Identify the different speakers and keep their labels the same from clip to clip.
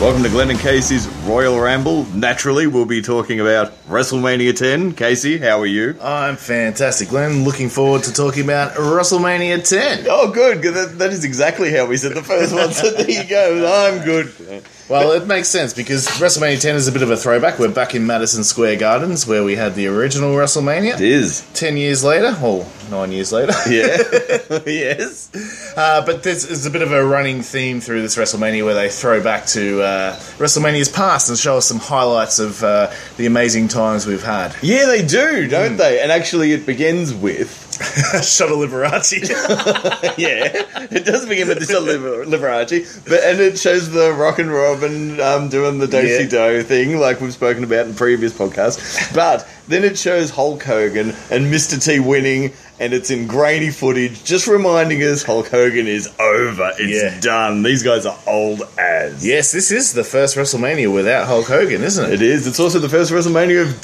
Speaker 1: Welcome to Glenn and Casey's Royal Ramble. Naturally, we'll be talking about WrestleMania 10. Casey, how are you?
Speaker 2: I'm fantastic, Glenn. Looking forward to talking about WrestleMania 10.
Speaker 1: Oh, good. That, that is exactly how we said the first one. So there you go. I'm good.
Speaker 2: Well, it makes sense because WrestleMania 10 is a bit of a throwback. We're back in Madison Square Gardens where we had the original WrestleMania.
Speaker 1: It is.
Speaker 2: 10 years later, or 9 years later.
Speaker 1: Yeah. yes.
Speaker 2: Uh, but this is a bit of a running theme through this WrestleMania where they throw back to uh, WrestleMania's past and show us some highlights of uh, the amazing times we've had.
Speaker 1: Yeah, they do, don't they? And actually, it begins with.
Speaker 2: Shuttle Liberace.
Speaker 1: Yeah. It does begin with the Shuttle Liber- Liberace. But, and it shows the rock and robin um, doing the do si do thing, like we've spoken about in previous podcasts. But then it shows Hulk Hogan and Mr. T winning, and it's in grainy footage, just reminding us Hulk Hogan is over. It's
Speaker 2: Yeah.
Speaker 1: done. These guys are old as.
Speaker 2: yes, this is the first WrestleMania without Hulk Hogan, isn't
Speaker 1: It is. It's also the first WrestleMania of.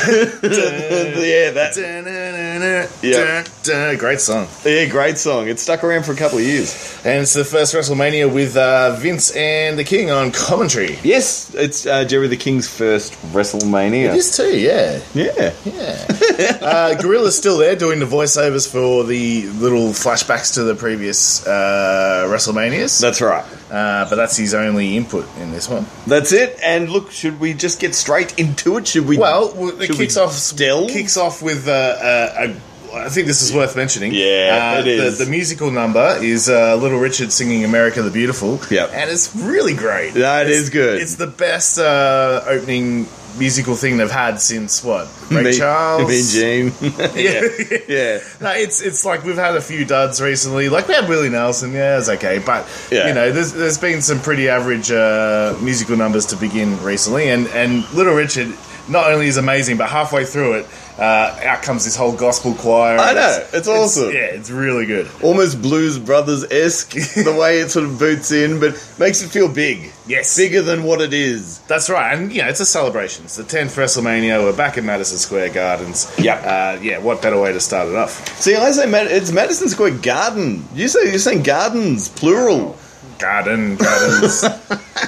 Speaker 1: yeah, that's Yeah.
Speaker 2: Dun, dun. Great song.
Speaker 1: yeah, great song. It stuck around for a couple of years.
Speaker 2: And it's the first WrestleMania with uh, Vince and the King on commentary.
Speaker 1: Yes, it's uh, Jerry the King's first WrestleMania.
Speaker 2: It is too, yeah.
Speaker 1: Yeah,
Speaker 2: Yeah. uh, Gorilla's still there doing the voiceovers for the little flashbacks to the previous uh, WrestleManias.
Speaker 1: that's right.
Speaker 2: Uh, but that's his only input in this one.
Speaker 1: That's it. And look, should we just get straight into it? Should we?
Speaker 2: Well, w- it
Speaker 1: Should we
Speaker 2: kicks off,
Speaker 1: delve?
Speaker 2: kicks off with. Uh, uh, a, I think this is worth mentioning.
Speaker 1: Yeah,
Speaker 2: uh,
Speaker 1: it is.
Speaker 2: The, the musical number is uh, Little Richard singing "America the Beautiful."
Speaker 1: Yep.
Speaker 2: and it's really great.
Speaker 1: That
Speaker 2: it's,
Speaker 1: is good.
Speaker 2: It's the best uh, opening musical thing they've had since what? Ray
Speaker 1: Me-
Speaker 2: Charles,
Speaker 1: me, Gene.
Speaker 2: Yeah.
Speaker 1: yeah.
Speaker 2: No, it's it's like we've had a few duds recently. Like we had Willie Nelson, yeah, it's okay, but
Speaker 1: Yeah.
Speaker 2: you know, there's there's been some pretty average uh, musical numbers to begin recently, and and Little Richard not only is amazing, but halfway through it, uh, out comes this whole gospel choir.
Speaker 1: I
Speaker 2: and
Speaker 1: know, it's awesome.
Speaker 2: yeah, it's really good.
Speaker 1: Almost Blues Brothers esque, the way it sort of boots in, but makes it feel big.
Speaker 2: Yes.
Speaker 1: Bigger than what it is.
Speaker 2: That's right, and you know, it's a celebration. It's the tenth WrestleMania. We're back in Madison Square Gardens.
Speaker 1: Yep.
Speaker 2: uh, yeah. What better way to start it off?
Speaker 1: See, I say Mad- it's Madison Square Garden. You say you're saying gardens,
Speaker 2: Oh,
Speaker 1: plural.
Speaker 2: Garden, gardens.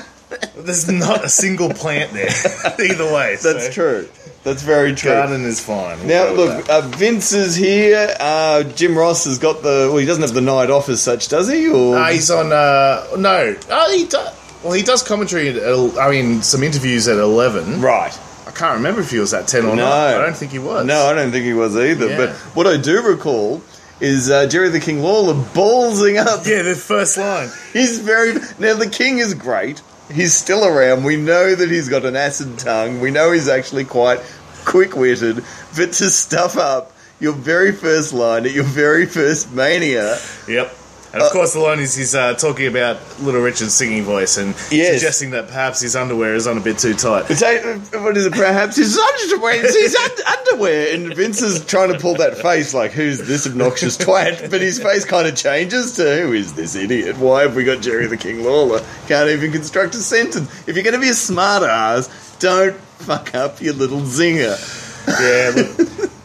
Speaker 2: There's not a single plant there. Either way,
Speaker 1: That's
Speaker 2: so.
Speaker 1: true. That's very true.
Speaker 2: Garden is fine. We'll
Speaker 1: Now
Speaker 2: go with
Speaker 1: look, uh, Vince is here. Uh, Jim Ross has got the. Well, he doesn't have the night off as such, does he? Or
Speaker 2: that. Uh, he's on. Uh, no, oh, he does. Well, he does commentary. At, el- I mean, some interviews at eleven.
Speaker 1: right?
Speaker 2: I can't remember if he was at ten or
Speaker 1: No.
Speaker 2: not. I don't think he was.
Speaker 1: No, I don't think he was either.
Speaker 2: Yeah.
Speaker 1: But what I do recall is uh, Jerry the King Lawler ballsing up.
Speaker 2: yeah, the first line.
Speaker 1: He's very now. The King is great. He's still around. We know that he's got an acid tongue. We know he's actually quite quick witted. But to stuff up your very first line at your very first mania,
Speaker 2: Yep. And of course, the line is he's uh, talking about Little Richard's singing voice and
Speaker 1: Yes.
Speaker 2: suggesting that perhaps his underwear is on a bit too tight.
Speaker 1: It's like, what is it? Perhaps his underwear. It's his un- underwear, and Vince is trying to pull that face, like who's this obnoxious twat? But his face kind of changes to who is this idiot? Why have we got Jerry the King Lawler? Can't even construct a sentence. If you're going to be a smart ass, don't fuck up your little zinger.
Speaker 2: Yeah,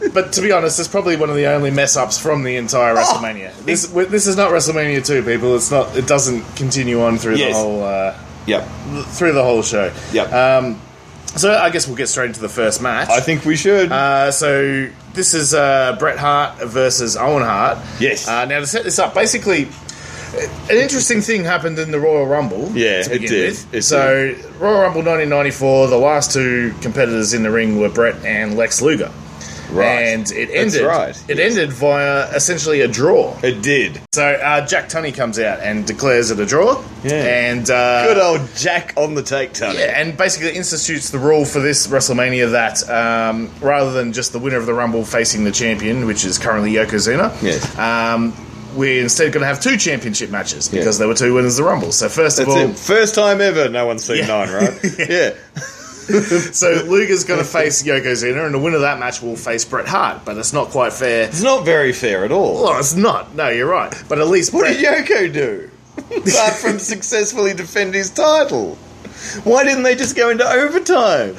Speaker 2: but, but to be honest, it's probably one of the only mess ups from the
Speaker 1: Oh!
Speaker 2: entire WrestleMania. This this is not WrestleMania two, people. It's not. It doesn't continue on through
Speaker 1: Yes.
Speaker 2: the whole uh,
Speaker 1: Yep,
Speaker 2: through the whole show.
Speaker 1: yep.
Speaker 2: Um, so I guess we'll get straight into the first match.
Speaker 1: Uh, I think we should.
Speaker 2: Uh, so this is uh, Bret Hart versus Owen Hart.
Speaker 1: Yes.
Speaker 2: Uh, now to set this up, basically. An interesting thing happened in the Royal Rumble.
Speaker 1: Yeah,
Speaker 2: to
Speaker 1: it
Speaker 2: begin
Speaker 1: did.
Speaker 2: with.
Speaker 1: It
Speaker 2: so, Royal Rumble 1994, the last two competitors in the ring were Brett and Lex Luger. And it
Speaker 1: That's
Speaker 2: ended.
Speaker 1: right,
Speaker 2: It ended via essentially a draw.
Speaker 1: it did.
Speaker 2: So uh, Jack Tunney comes out and declares it a draw.
Speaker 1: Yeah.
Speaker 2: And uh,
Speaker 1: Good old Jack on the take, Tony.
Speaker 2: yeah, and basically institutes the rule for this WrestleMania that um, rather than just the winner of the Rumble facing the champion, which is currently Yokozuna,
Speaker 1: Yes.
Speaker 2: um, we're instead going to have two championship matches
Speaker 1: Yeah.
Speaker 2: because there were two winners of the Rumble. So first of
Speaker 1: That's
Speaker 2: all,
Speaker 1: it. First time ever. No one's seen
Speaker 2: Yeah.
Speaker 1: nine, right? yeah.
Speaker 2: so Luger's going to face Yokozuna, and the winner of that match will face Bret Hart. But it's not quite fair.
Speaker 1: It's not very fair at all.
Speaker 2: Well, it's not. No, you're right. But at least
Speaker 1: What
Speaker 2: Bret,
Speaker 1: did Yoko do? Apart from successfully defend his title. Why didn't they just go into overtime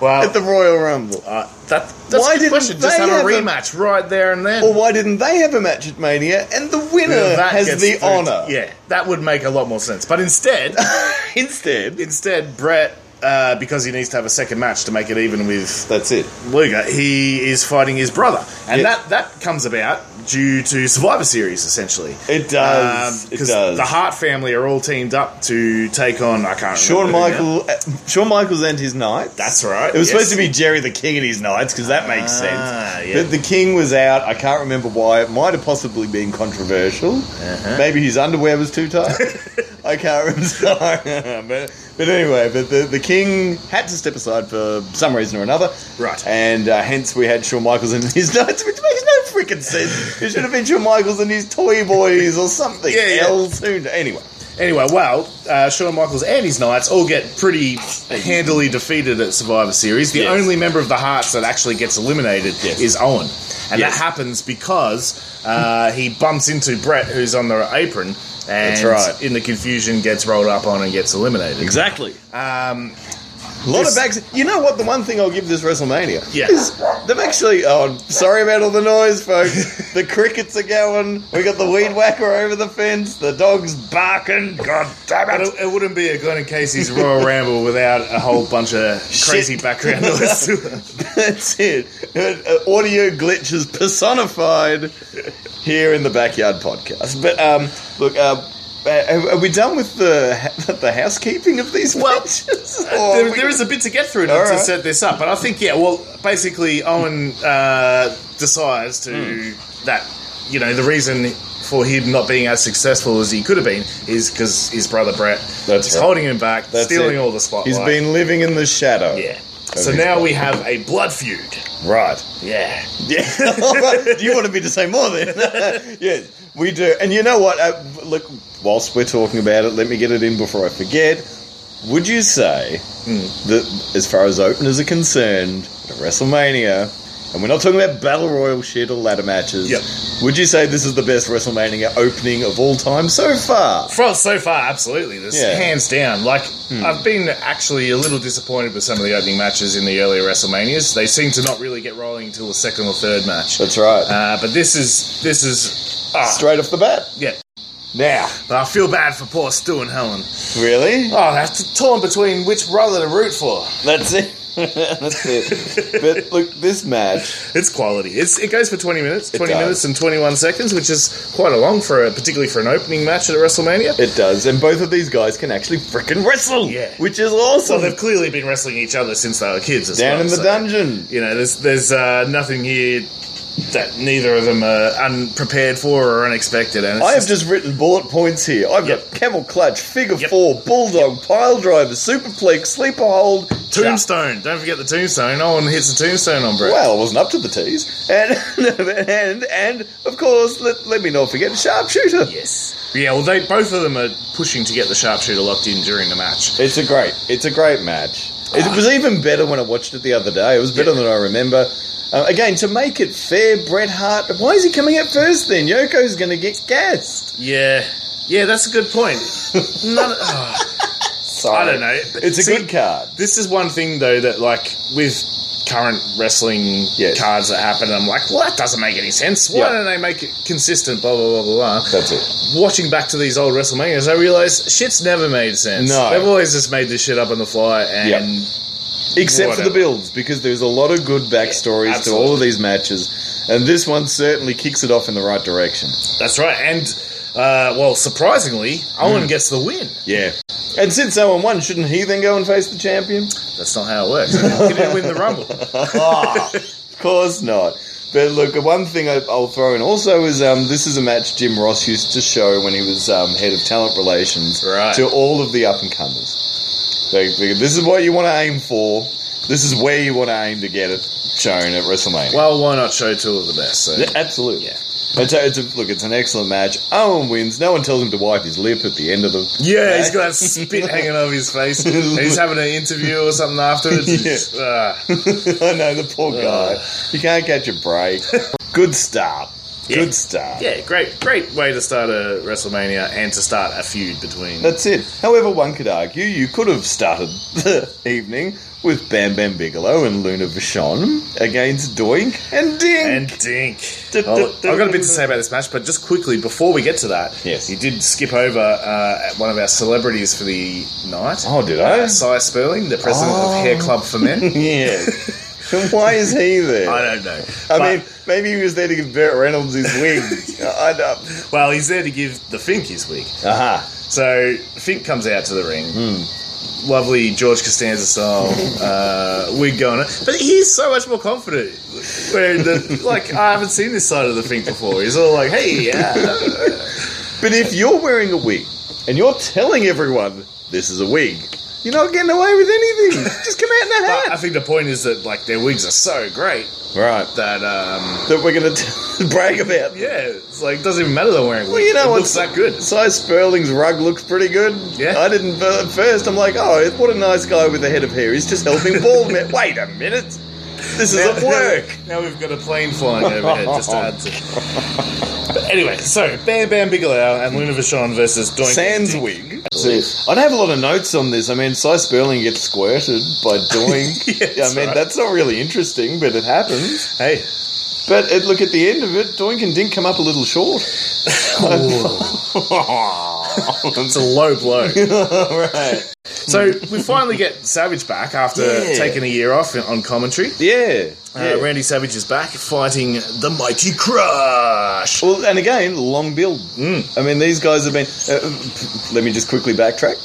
Speaker 2: well,
Speaker 1: at the Royal Rumble?
Speaker 2: Uh, that, that's
Speaker 1: Why
Speaker 2: why
Speaker 1: didn't
Speaker 2: did question. Just
Speaker 1: they Oh,
Speaker 2: have a
Speaker 1: have a-
Speaker 2: rematch right there and then.
Speaker 1: Or why didn't they have a match at Mania and the winner
Speaker 2: Yeah, that
Speaker 1: has
Speaker 2: gets
Speaker 1: the
Speaker 2: through-
Speaker 1: honour?
Speaker 2: Yeah, that would make a lot more sense. But instead,
Speaker 1: Instead,
Speaker 2: Instead, Brett, uh, because he needs to have a second match to make it even with
Speaker 1: that's it.
Speaker 2: Luger, he is fighting his brother, and
Speaker 1: Yeah.
Speaker 2: that that comes about due to Survivor Series essentially.
Speaker 1: It does.
Speaker 2: Um,
Speaker 1: it
Speaker 2: 'cause
Speaker 1: does.
Speaker 2: The Hart family are all teamed up to take on. I can't.
Speaker 1: Shawn
Speaker 2: remember who now.
Speaker 1: Michael, uh, Shawn Michaels and his knights.
Speaker 2: That's right,
Speaker 1: It was
Speaker 2: yes.
Speaker 1: supposed to be Jerry the King and his knights because that makes
Speaker 2: Ah,
Speaker 1: sense.
Speaker 2: yeah.
Speaker 1: But the King was out. I can't remember why. It might have possibly been controversial.
Speaker 2: Uh-huh.
Speaker 1: Maybe his underwear was too tight. I can't remember. but, but anyway, but the, the King had to step aside for some reason or another.
Speaker 2: Right.
Speaker 1: And uh, hence we had Shawn Michaels and his knights, which makes no freaking sense. It should have been Shawn Michaels and his toy boys or something
Speaker 2: Yeah, yeah.
Speaker 1: else. Who kn- Anyway.
Speaker 2: Anyway, well, uh, Shawn Michaels and his Knights all get pretty handily defeated at Survivor Series. The
Speaker 1: Yes.
Speaker 2: only member of the Hearts that actually gets eliminated
Speaker 1: Yes.
Speaker 2: is Owen. And
Speaker 1: Yes.
Speaker 2: that happens because uh, he bumps into Brett, who's on the apron, and
Speaker 1: right.
Speaker 2: in the confusion gets rolled up on and gets eliminated.
Speaker 1: Exactly.
Speaker 2: Um,
Speaker 1: A lot
Speaker 2: This-
Speaker 1: of backs. You know what? The one thing I'll give this WrestleMania
Speaker 2: Yeah.
Speaker 1: is they've actually. Oh, I'm sorry about all the noise, folks. the crickets are going. We got the weed whacker over the fence. The dog's barking. God
Speaker 2: but
Speaker 1: damn it!
Speaker 2: it, it wouldn't be a Glenn and Casey's Royal Ramble without a whole bunch of crazy background noise to it.
Speaker 1: That's it. Uh, Audio glitches personified here in the backyard podcast. But um, look, uh, uh, are we done with the the housekeeping of these
Speaker 2: Well,
Speaker 1: matches? Or
Speaker 2: there,
Speaker 1: we-
Speaker 2: there is a bit to get through to,
Speaker 1: All
Speaker 2: to
Speaker 1: right.
Speaker 2: set this up, but I think yeah. Well, basically, Owen uh, decides to
Speaker 1: Hmm.
Speaker 2: that you know the reason for him not being as successful as he could have been is because his brother Brett
Speaker 1: That's
Speaker 2: is
Speaker 1: right.
Speaker 2: holding him back,
Speaker 1: That's
Speaker 2: stealing
Speaker 1: it.
Speaker 2: all the spotlight.
Speaker 1: He's been living in the shadow.
Speaker 2: yeah.
Speaker 1: That
Speaker 2: So
Speaker 1: is
Speaker 2: now
Speaker 1: right.
Speaker 2: we have a blood feud.
Speaker 1: Right.
Speaker 2: Yeah.
Speaker 1: Yeah. Do you wanted me to say more then? yes, we do. And you know what? Uh, look, whilst we're talking about it, let me get it in before I forget. Would you say that, as far as openers are concerned, at WrestleMania, and we're not talking about battle royal shit or ladder matches,
Speaker 2: Yep.
Speaker 1: would you say this is the best WrestleMania opening of all time so far?
Speaker 2: From so far, absolutely. This
Speaker 1: Yeah. Hmm.
Speaker 2: hands down. Like I've been actually a little disappointed with some of the opening matches in the earlier WrestleManias. They seem to not really get rolling until the second or third match.
Speaker 1: That's right.
Speaker 2: Uh, but this is this is ah,
Speaker 1: Straight off the bat.
Speaker 2: yeah.
Speaker 1: Now,
Speaker 2: But I feel bad for poor Stu and Helen.
Speaker 1: really?
Speaker 2: Oh, that's torn between which brother to root for.
Speaker 1: That's it. That's it. But look, this match.
Speaker 2: It's quality. It's it goes for twenty minutes, twenty
Speaker 1: does.
Speaker 2: minutes and twenty one seconds, which is quite a long for a, particularly for an opening match at a WrestleMania.
Speaker 1: It does, and both of these guys can actually frickin' wrestle,
Speaker 2: Yeah.
Speaker 1: which is
Speaker 2: Well,
Speaker 1: awesome.
Speaker 2: they've clearly been wrestling each other since they were kids. As
Speaker 1: Down
Speaker 2: well,
Speaker 1: in the
Speaker 2: so,
Speaker 1: dungeon.
Speaker 2: You know, there's there's uh, nothing here that neither of them are unprepared for or unexpected. And it's
Speaker 1: I have
Speaker 2: just,
Speaker 1: just written bullet points here. I've
Speaker 2: Yep.
Speaker 1: got camel clutch, figure
Speaker 2: Yep.
Speaker 1: four, bulldog, pile driver, superplex, sleeper hold, Jump.
Speaker 2: tombstone. Don't forget the tombstone. No one hits the tombstone on Brett.
Speaker 1: Well, I wasn't up to the tease, and and and of course, let, let me not forget sharpshooter.
Speaker 2: Yes. Yeah, well, they both of them are pushing to get the sharpshooter locked in during the match.
Speaker 1: It's a great, it's a great match. It was even better when I watched it the other day. It was better
Speaker 2: Ah. Yeah.
Speaker 1: than I remember. Uh, again, to make it fair, Bret Hart. Why is he coming out first? Then Yoko's going to get gassed.
Speaker 2: Yeah, yeah, that's a good point. None, oh, I don't know.
Speaker 1: It's a
Speaker 2: See,
Speaker 1: good card.
Speaker 2: This is one thing though that like with current wrestling
Speaker 1: Yes.
Speaker 2: cards that happen, I'm like, well, that doesn't make any sense. Why
Speaker 1: Yeah.
Speaker 2: don't they make it consistent? Blah blah blah blah blah.
Speaker 1: That's it.
Speaker 2: Watching back to these old WrestleManias, I realize shit's never made sense.
Speaker 1: No.
Speaker 2: they've always just made this shit up on the fly and.
Speaker 1: Except for
Speaker 2: Whatever.
Speaker 1: the builds, because there's a lot of good backstories to
Speaker 2: absolutely.
Speaker 1: all of these matches, and this one certainly kicks it off in the right direction.
Speaker 2: That's right. And uh, well, surprisingly,
Speaker 1: Hmm.
Speaker 2: Owen gets the win.
Speaker 1: Yeah. And since Owen won, shouldn't he then go and face the champion?
Speaker 2: That's not how it works. He didn't win the rumble. Ah.
Speaker 1: Of course not. But look, one thing I, I'll throw in also is um, this is a match Jim Ross used to show when he was um, head of talent relations
Speaker 2: Right.
Speaker 1: to all of the up and comers. They, they- this is what you want to aim for. This is where you want to aim to get it shown at WrestleMania.
Speaker 2: Well, why not show two of the best? So.
Speaker 1: Yeah, absolutely.
Speaker 2: Yeah.
Speaker 1: It's a, it's a, look, it's an excellent match. Owen wins. No one tells him to wipe his lip at the end of the.
Speaker 2: Yeah, he's got that spit hanging over his face. And he's having an interview or something afterwards. It's
Speaker 1: Yeah.
Speaker 2: just, ah.
Speaker 1: I know the poor guy. You can't catch a break. Good start.
Speaker 2: Yeah.
Speaker 1: Good start.
Speaker 2: Yeah, great, great way to start a WrestleMania and to start a feud between.
Speaker 1: That's it. However, one could argue you could have started the evening with Bam Bam Bigelow and Luna Vachon against Doink and Ding.
Speaker 2: and Dink.
Speaker 1: Du- du-
Speaker 2: Well, I've
Speaker 1: du-
Speaker 2: got a bit to say about this match, but just quickly before we get to that,
Speaker 1: Yes.
Speaker 2: you did skip over uh, one of our celebrities for the night.
Speaker 1: Oh, did I?
Speaker 2: Uh, Cy Sperling, the president
Speaker 1: Oh.
Speaker 2: of Hair Club for Men.
Speaker 1: yeah. And why is he there?
Speaker 2: I don't know.
Speaker 1: I
Speaker 2: But-
Speaker 1: mean, maybe he was there to give Burt Reynolds his wig. I don't.
Speaker 2: well, he's there to give the Fink his week.
Speaker 1: Aha.
Speaker 2: So Fink comes out to the ring.
Speaker 1: Hmm.
Speaker 2: Lovely George Costanza style uh, wig going on, but he's so much more confident. Where the, like I haven't seen this side of the Fink before. He's all like, "Hey, yeah,
Speaker 1: But if you're wearing a wig and you're telling everyone this is a wig, you're not getting away with anything. Just come out in a
Speaker 2: But I
Speaker 1: hat.
Speaker 2: think the point is that like their wigs are so great
Speaker 1: Right.
Speaker 2: that um,
Speaker 1: That we're going to brag about.
Speaker 2: yeah, it's like it doesn't even matter they're wearing wigs.
Speaker 1: Well, you know
Speaker 2: it
Speaker 1: what?
Speaker 2: looks that good.
Speaker 1: Si Sperling's rug looks pretty good.
Speaker 2: Yeah.
Speaker 1: I didn't at first. I'm like, oh, what a nice guy with a head of hair. He's just helping bald men. Wait a minute. This is at work.
Speaker 2: Now we've got a plane flying overhead just to add to. But anyway, so Bam Bam Bigelow and Luna Vachon versus Doink.
Speaker 1: Sans wig. I don't have a lot of notes on this. I mean, Si Sperling gets squirted by Doink.
Speaker 2: Yes,
Speaker 1: I mean,
Speaker 2: right.
Speaker 1: that's not really interesting, but it happens.
Speaker 2: Hey,
Speaker 1: But uh, look, at the end of it, Doink and Dink come up a little short.
Speaker 2: it's a low blow.
Speaker 1: right.
Speaker 2: so we finally get Savage back after
Speaker 1: Yeah.
Speaker 2: taking a year off on commentary.
Speaker 1: Yeah. yeah.
Speaker 2: Uh, Randy Savage is back fighting the Mighty Crush.
Speaker 1: Well, and again, long build. I mean, these guys have been. Uh, let me just quickly backtrack.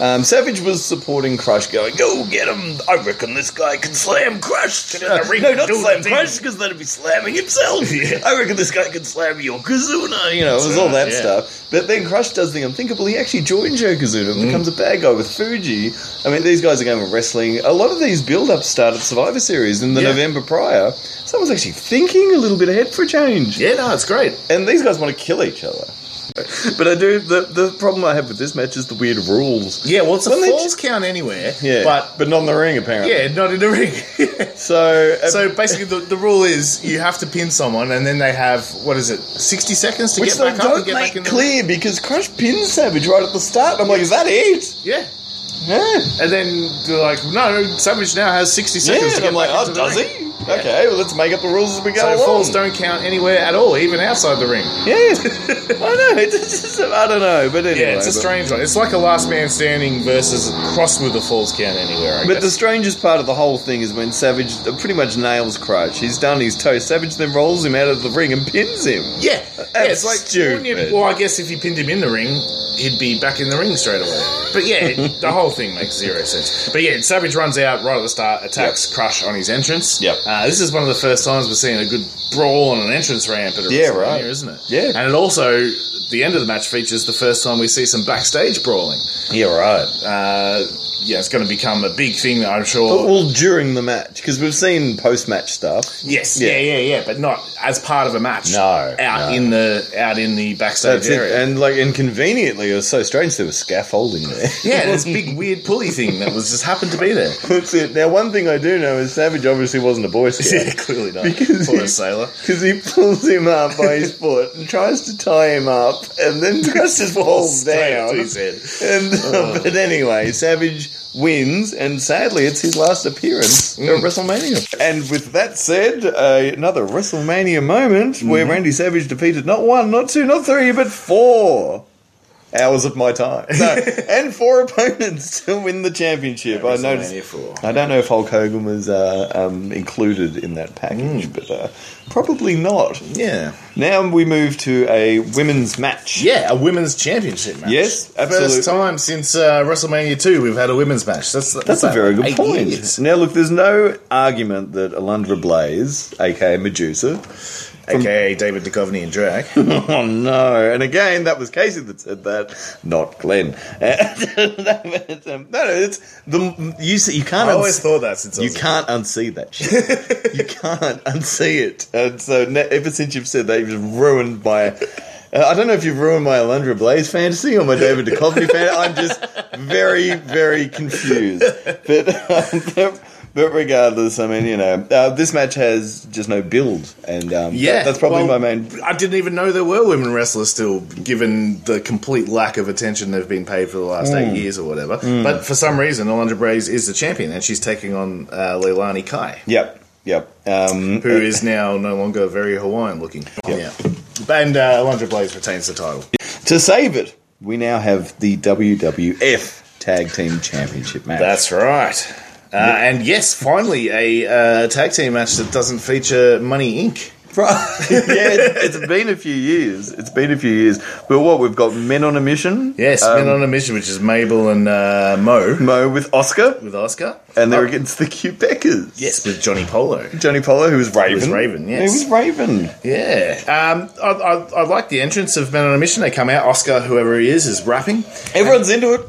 Speaker 1: Um, Savage was supporting Crush, going, "Go get him! I reckon this guy can slam Crush."
Speaker 2: in the
Speaker 1: Uh,
Speaker 2: ring
Speaker 1: no,
Speaker 2: and
Speaker 1: not
Speaker 2: do the
Speaker 1: slam
Speaker 2: thing."
Speaker 1: Crush because that'd be slamming himself. I reckon this guy can slam Yokozuna. You know, it was all that
Speaker 2: Yeah.
Speaker 1: stuff. But then Crush does the unthinkable. He actually joins Yokozuna, and becomes a bad guy with Fuji. I mean, these guys are going with wrestling. A lot of these build-ups start at Survivor Series in the
Speaker 2: Yeah.
Speaker 1: November prior. Someone's actually thinking a little bit ahead for a change
Speaker 2: Yeah, no, it's great.
Speaker 1: and these guys want to kill each other. But I do the the problem I have with this match is the weird rules.
Speaker 2: Yeah, well, it's a
Speaker 1: Well, they
Speaker 2: falls count anywhere.
Speaker 1: Yeah,
Speaker 2: but
Speaker 1: but not in the ring apparently.
Speaker 2: yeah, not in the ring.
Speaker 1: So, uh,
Speaker 2: So basically, the, the rule is you have to pin someone, and then they have what is it, sixty seconds to
Speaker 1: which
Speaker 2: get
Speaker 1: they
Speaker 2: back up
Speaker 1: don't
Speaker 2: and get
Speaker 1: make
Speaker 2: back in the
Speaker 1: clear because Crush pins Savage right at the start. And I'm like, is that it?
Speaker 2: Yeah,
Speaker 1: Yeah.
Speaker 2: and then they're like, no, Savage now has sixty seconds.
Speaker 1: yeah.
Speaker 2: to
Speaker 1: And
Speaker 2: get
Speaker 1: I'm like,
Speaker 2: back
Speaker 1: oh,
Speaker 2: into the
Speaker 1: does
Speaker 2: ring.
Speaker 1: he? Okay, well, let's make up the rules as we go
Speaker 2: So
Speaker 1: along.
Speaker 2: falls don't count anywhere at all, even outside the ring.
Speaker 1: yeah, I know. It's just, I don't know, but anyway.
Speaker 2: Yeah, it's a
Speaker 1: but-
Speaker 2: strange one. It's like a last man standing versus cross with the falls count anywhere. I
Speaker 1: But
Speaker 2: guess.
Speaker 1: the strangest part of the whole thing is when Savage pretty much nails Crush. He's done his toe. Savage then rolls him out of the ring and pins him.
Speaker 2: yeah, yeah, it's like
Speaker 1: stupid.
Speaker 2: wouldn't you- well, I guess if you pinned him in the ring, he'd be back in the ring straight away. But yeah, it- the whole thing makes zero sense. But yeah, Savage runs out right at the start, attacks Crush on his entrance.
Speaker 1: Yep.
Speaker 2: Uh, this is one of the first times we're seeing a good brawl on an entrance ramp at a
Speaker 1: Yeah,
Speaker 2: WrestleMania,
Speaker 1: right.
Speaker 2: isn't it?
Speaker 1: Yeah.
Speaker 2: And it also the end of the match features the first time we see some backstage brawling.
Speaker 1: Yeah, right.
Speaker 2: Uh, yeah, it's going to become a big thing, I'm sure.
Speaker 1: But all during the match, because we've seen post-match stuff.
Speaker 2: Yes,
Speaker 1: Yeah.
Speaker 2: yeah. yeah, yeah, but not as part of a match.
Speaker 1: No,
Speaker 2: out
Speaker 1: no.
Speaker 2: in the out in the backstage
Speaker 1: That's it.
Speaker 2: area.
Speaker 1: And like inconveniently, it was so strange there was scaffolding there.
Speaker 2: yeah, this big weird pulley thing that was just happened to be there.
Speaker 1: That's it. Now, one thing I do know is Savage obviously wasn't a boy scout
Speaker 2: clearly not.
Speaker 1: Because
Speaker 2: Poor
Speaker 1: he-
Speaker 2: sailor.
Speaker 1: because he pulls him up by his foot and tries to tie him up, and then Gus just falls
Speaker 2: Straight
Speaker 1: down.
Speaker 2: to his head.
Speaker 1: And
Speaker 2: Oh.
Speaker 1: but anyway, Savage wins, and sadly, it's his last appearance
Speaker 2: Hmm.
Speaker 1: at WrestleMania. And with that said, uh, another WrestleMania moment where
Speaker 2: Mm-hmm.
Speaker 1: Randy Savage defeated not one, not two, not three, but four hours of my time, no, and four opponents to win the championship. I noticed.
Speaker 2: WrestleMania four.
Speaker 1: I don't know if Hulk Hogan was uh, um, included in that package,
Speaker 2: Hmm.
Speaker 1: but uh, probably not.
Speaker 2: Yeah,
Speaker 1: Now we move to a women's match.
Speaker 2: yeah, a women's championship match.
Speaker 1: Yes, absolutely.
Speaker 2: First time since uh, WrestleMania two we've had a women's match. That's
Speaker 1: That's a very good
Speaker 2: eight
Speaker 1: point.
Speaker 2: years.
Speaker 1: Now, look, there's no argument that Alundra Blaze, aka Medusa,
Speaker 2: AKA David Duchovny and Drag.
Speaker 1: oh no, and again, that was Casey that said that, not Glenn. no, um, no, it's the you see, you can't.
Speaker 2: I always
Speaker 1: uns-
Speaker 2: thought that since I
Speaker 1: you
Speaker 2: was a-
Speaker 1: can't unsee that shit. you can't unsee it. And so, ne- ever since you've said that, you've just ruined my. Uh, I don't know if you've ruined my Alundra Blaze fantasy or my David Duchovny fantasy. I'm just very, very confused. But, um, but, But regardless, I mean, you know, uh, this match has just no build, and um,
Speaker 2: Yeah,
Speaker 1: that- that's probably my
Speaker 2: well,
Speaker 1: main.
Speaker 2: I didn't even know there were women wrestlers still, given the complete lack of attention they've been paid for the last eight years or whatever. But for some reason, Alondra Braze is the champion, and she's taking on uh, Leilani Kai,
Speaker 1: Yep, yep. Um,
Speaker 2: who is now no longer very Hawaiian looking. Yeah, and uh, Alondra Blaze retains the title.
Speaker 1: to save it, we now have the WWF Tag Team Championship match.
Speaker 2: That's right. Uh, and yes, finally a uh, tag team match that doesn't feature Money Inc.
Speaker 1: right. yeah, it's it's been a few years. It's been a few years. But what we've got men on a mission.
Speaker 2: Yes,
Speaker 1: Um,
Speaker 2: Men on a Mission, which is Mabel and uh, Mo
Speaker 1: Mo with Oscar,
Speaker 2: with Oscar.
Speaker 1: and they're
Speaker 2: Oh,
Speaker 1: against the Quebecers.
Speaker 2: yes, with Johnny Polo.
Speaker 1: Johnny Polo, who was Raven.
Speaker 2: was Raven, yes.
Speaker 1: Who was Raven.
Speaker 2: Yeah, um, I, I, I like the entrance of Men on a Mission. They come out. Oscar, whoever he is, is rapping.
Speaker 1: Everyone's into it.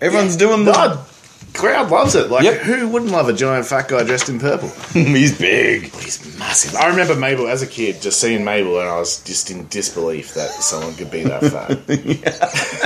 Speaker 1: Everyone's doing the.
Speaker 2: God, crowd loves it. Like,
Speaker 1: Yep.
Speaker 2: who wouldn't love a giant fat guy dressed in purple?
Speaker 1: He's big.
Speaker 2: He's massive. I remember Mabel as a kid, just seeing Mabel, and I was just in disbelief that someone could be that fat.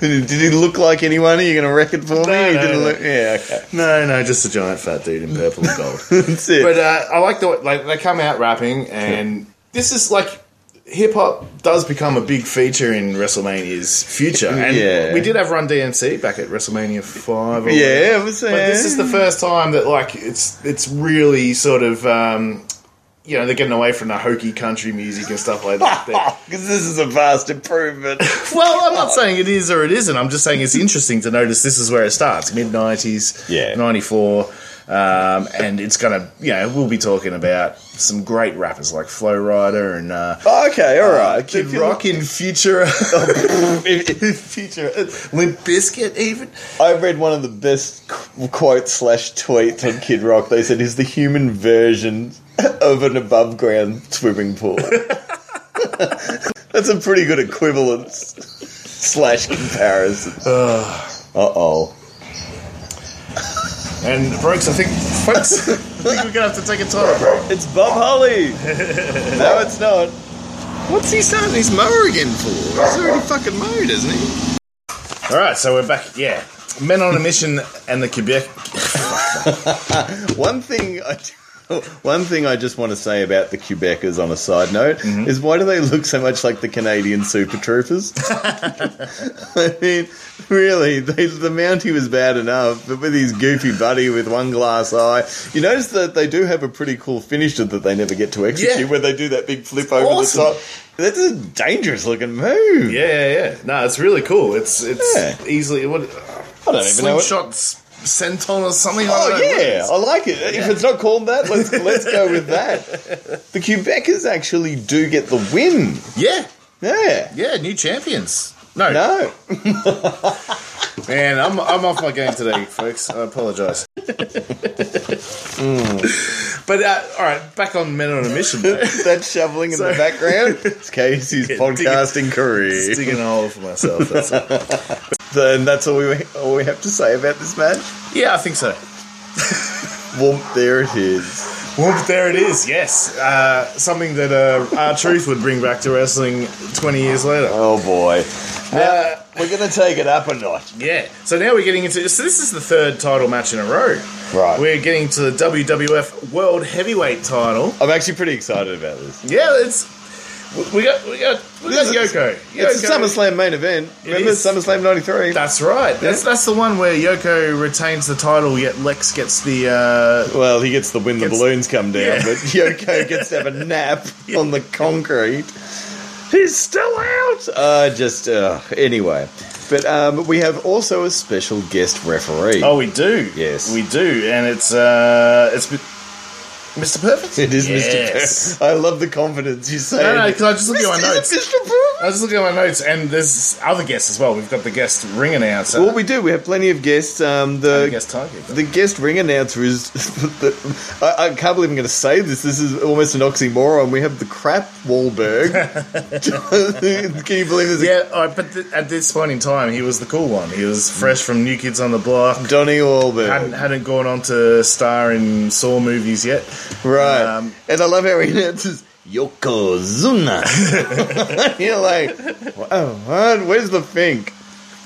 Speaker 1: Did he look like anyone? Are you going to wreck it for me?
Speaker 2: No,
Speaker 1: He
Speaker 2: no,
Speaker 1: didn't
Speaker 2: no.
Speaker 1: look- yeah, okay.
Speaker 2: no, no, just a giant fat dude in purple and gold.
Speaker 1: That's it.
Speaker 2: But uh, I like the like they come out rapping, and this is like hip hop does become a big feature in WrestleMania's future. And
Speaker 1: Yeah.
Speaker 2: we did have Run DMC back at WrestleMania Five. Or
Speaker 1: yeah,
Speaker 2: whatever.
Speaker 1: I was
Speaker 2: but this is the first time that like it's it's really sort of. Um, you know, they're getting away from the hokey country music and stuff like that. They're-
Speaker 1: Because Oh, this is a vast improvement.
Speaker 2: well, I'm not saying it is or it isn't. I'm just saying it's interesting to notice this is where it starts mid 90s,
Speaker 1: Yeah.
Speaker 2: 94. Um, and it's going to, you know, we'll be talking about some great rappers like Flow Rider and uh,
Speaker 1: okay, all right.
Speaker 2: Kid
Speaker 1: If you
Speaker 2: Rock in Future,
Speaker 1: look- if- if-
Speaker 2: Future, uh, Limp Biscuit, even.
Speaker 1: I read one of the best qu- quotes slash tweets on Kid Rock. They said he's the human version of an above ground swimming pool. That's a pretty good equivalence slash comparison. Uh oh.
Speaker 2: And folks, I think, folks, I think we're going to have to take a time break.
Speaker 1: It's Bob Holly. no, it's not.
Speaker 2: What's he starting his mower again for? He's already fucking mowed, isn't he? All right, so we're back. Yeah. Men on a Mission and the Quebec
Speaker 1: One thing I one thing I just want to say about the Quebecers on a side note
Speaker 2: Mm-hmm.
Speaker 1: is why do they look so much like the Canadian Super Troopers? I mean, really, they, the Mountie was bad enough, but with his goofy buddy with one glass eye, you notice that they do have a pretty cool finisher that they never get to execute
Speaker 2: Yeah.
Speaker 1: where they do that big flip over
Speaker 2: awesome.
Speaker 1: the top. That's a dangerous looking move.
Speaker 2: Yeah, yeah, yeah. No, it's really cool. It's it's
Speaker 1: Yeah.
Speaker 2: easily what
Speaker 1: I don't even know what.
Speaker 2: slingshot s- senton or something. I
Speaker 1: Oh
Speaker 2: don't know what it
Speaker 1: yeah,
Speaker 2: is.
Speaker 1: I like it. If it's not called that, let's let's go with that. The Quebecers actually do get the win.
Speaker 2: yeah,
Speaker 1: Yeah.
Speaker 2: yeah. New champions. No,
Speaker 1: No.
Speaker 2: man, I'm I'm off my game today, folks. I apologise.
Speaker 1: Hmm.
Speaker 2: But uh, all right, back on men on a mission. though.
Speaker 1: That shoveling in the
Speaker 2: Sorry.
Speaker 1: background. It's Casey's
Speaker 2: Yeah,
Speaker 1: podcasting
Speaker 2: Just
Speaker 1: career.
Speaker 2: digging a hole for myself. That's all.
Speaker 1: And that's all we all we have to say about this match.
Speaker 2: Yeah, I think so.
Speaker 1: Whoomp, there it is.
Speaker 2: Well, there it is. Yes, uh, something that uh, our truth would bring back to wrestling twenty years later.
Speaker 1: Oh boy. Now
Speaker 2: Uh,
Speaker 1: we're gonna take it up a notch.
Speaker 2: Yeah. So now we're getting into. So this is the third title match in a row.
Speaker 1: Right.
Speaker 2: We're getting to the WWF World Heavyweight Title.
Speaker 1: I'm actually pretty excited about this.
Speaker 2: Yeah, it's. we- We got we got we got
Speaker 1: This is-
Speaker 2: Yoko.
Speaker 1: It's a
Speaker 2: Yoko-
Speaker 1: SummerSlam main event. Remember
Speaker 2: is.
Speaker 1: SummerSlam '93?
Speaker 2: That's right. That's that's the one where Yoko retains the title, yet Lex gets the. Uh,
Speaker 1: Well, he gets the win. The
Speaker 2: Gets-
Speaker 1: balloons come down,
Speaker 2: Yeah.
Speaker 1: but Yoko gets to have a nap on the concrete. He's still out. Uh, just uh, anyway, but um, we have also a special guest referee.
Speaker 2: oh, we do.
Speaker 1: Yes.
Speaker 2: we do, and it's uh, it's Mr. Perfect.
Speaker 1: It is
Speaker 2: Yes.
Speaker 1: Mr. Per- I love the confidence you say.
Speaker 2: No, no, because I just looked at my notes.
Speaker 1: Mr. Perfect?
Speaker 2: I was just looking at my notes, and there's other guests as well. We've got the guest ring announcer,
Speaker 1: Well, we do. We have plenty of guests. Um,
Speaker 2: the
Speaker 1: the
Speaker 2: guest timekeeper.
Speaker 1: The guest ring announcer is. the, I, I can't believe I'm going to say this. This is almost an oxymoron. We have the crap Wahlberg. Can you believe there's a
Speaker 2: Yeah, all right, but th- at this point in time, he was the cool one. He was fresh from New Kids on the Block.
Speaker 1: Donnie
Speaker 2: Hadn't,
Speaker 1: Wahlberg?
Speaker 2: hadn't gone on to star in Saw movies yet.
Speaker 1: Right.
Speaker 2: um,
Speaker 1: and I love how he announces Yokozuna. You're like, oh, what? where's the fink?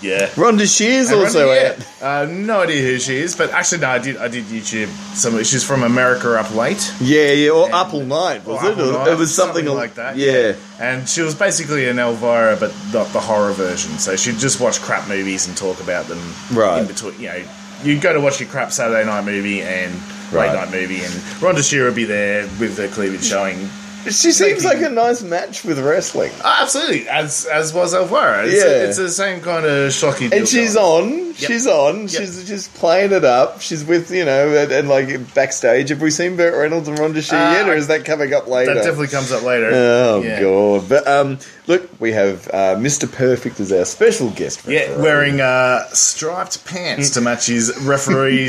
Speaker 2: Yeah.
Speaker 1: Rhonda Shears
Speaker 2: And
Speaker 1: also eh?
Speaker 2: Randy,
Speaker 1: out.
Speaker 2: yeah. Uh, no idea who she is, but actually, no, I did. I did YouTube some. She's from America Up Late.
Speaker 1: Yeah, yeah, or
Speaker 2: And-
Speaker 1: Up All Night, was
Speaker 2: or
Speaker 1: it?
Speaker 2: Up All
Speaker 1: Or-
Speaker 2: Night,
Speaker 1: it was something,
Speaker 2: something
Speaker 1: al-
Speaker 2: like that,
Speaker 1: Yeah.
Speaker 2: And she was basically an Elvira, but not the horror version. So she'd just watch crap movies and talk about them.
Speaker 1: Right.
Speaker 2: In between, you know, you'd go to watch your crap Saturday night movie and
Speaker 1: Right.
Speaker 2: late night movie, and Rhonda Shearer would be there with her cleavage showing.
Speaker 1: She seems
Speaker 2: Thank
Speaker 1: like
Speaker 2: you.
Speaker 1: a nice match with wrestling.
Speaker 2: Oh, absolutely, as as was Elvira. It's,
Speaker 1: Yeah.
Speaker 2: it's the same kind of shocky.
Speaker 1: And she's on, she's on, she's just playing it up. She's with, you know, and, and like backstage. Have we seen Burt Reynolds and Ronda Shear
Speaker 2: Uh,
Speaker 1: yet, or is that coming up later?
Speaker 2: That definitely comes up later.
Speaker 1: Oh
Speaker 2: Yeah.
Speaker 1: god! But um, look, we have uh, Mr. Perfect as our special guest.
Speaker 2: Yeah,
Speaker 1: referee.
Speaker 2: wearing uh, striped pants to match his referee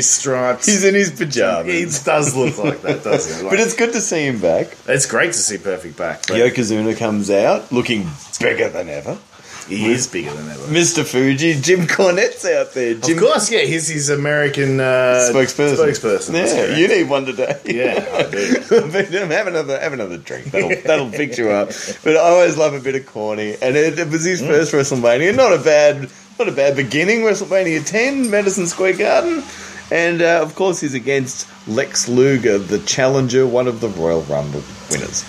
Speaker 2: striped.
Speaker 1: he's in his pajamas.
Speaker 2: he does look like that, doesn't he? Like,
Speaker 1: but it's good to see him back.
Speaker 2: it's great to see Perfect back. But
Speaker 1: Yokozuna comes out looking bigger than ever.
Speaker 2: he is bigger than ever.
Speaker 1: Mr. Fuji, Jim Cornette's out there. Jim
Speaker 2: Of course, yeah, he's his American uh,
Speaker 1: spokesperson.
Speaker 2: Spokesperson. that's
Speaker 1: Yeah,
Speaker 2: correct.
Speaker 1: you need one today.
Speaker 2: yeah, I do.
Speaker 1: But have another have another drink. That'll that'll fix you up. But I always love a bit of corny, and it, it was his
Speaker 2: Mm.
Speaker 1: first WrestleMania. Not a bad not a bad beginning. WrestleMania ten, Madison Square Garden, and uh, of course he's against Lex Luger, the challenger, one of the Royal Rumble winners.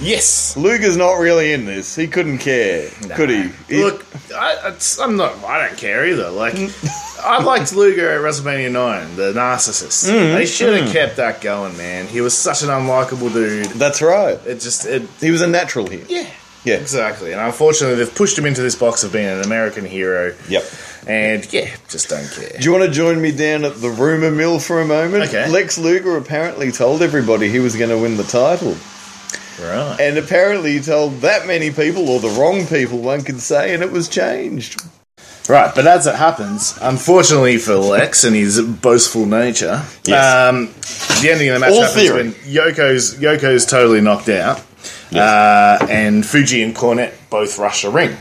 Speaker 2: Yes.
Speaker 1: Luger's not really in this. He couldn't care, could he? He- Mm.
Speaker 2: Look, I, it's, I'm not. I don't care either. Like, I liked Luger at WrestleMania Nine, the narcissist.
Speaker 1: Mm,
Speaker 2: They should have kept that going, man. He was such an unlikable dude.
Speaker 1: that's right.
Speaker 2: It just, it,
Speaker 1: He was a natural here.
Speaker 2: yeah,
Speaker 1: Yeah.
Speaker 2: Exactly, and unfortunately, they've pushed him into this box of being an American hero.
Speaker 1: Yep.
Speaker 2: And yeah, just don't care.
Speaker 1: Do you want to join me down at the rumor mill for a moment?
Speaker 2: Okay.
Speaker 1: Lex Luger apparently told everybody he was going to win the title.
Speaker 2: Right.
Speaker 1: And apparently he told that many people, or the wrong people, one could say, and it was changed.
Speaker 2: Right, but as it happens, unfortunately for Lex and his boastful nature,
Speaker 1: Yes.
Speaker 2: um, the ending of the match
Speaker 1: All
Speaker 2: happens
Speaker 1: theory.
Speaker 2: when Yoko's Yoko's totally knocked out, uh, and Fuji and Cornet both rush the ring,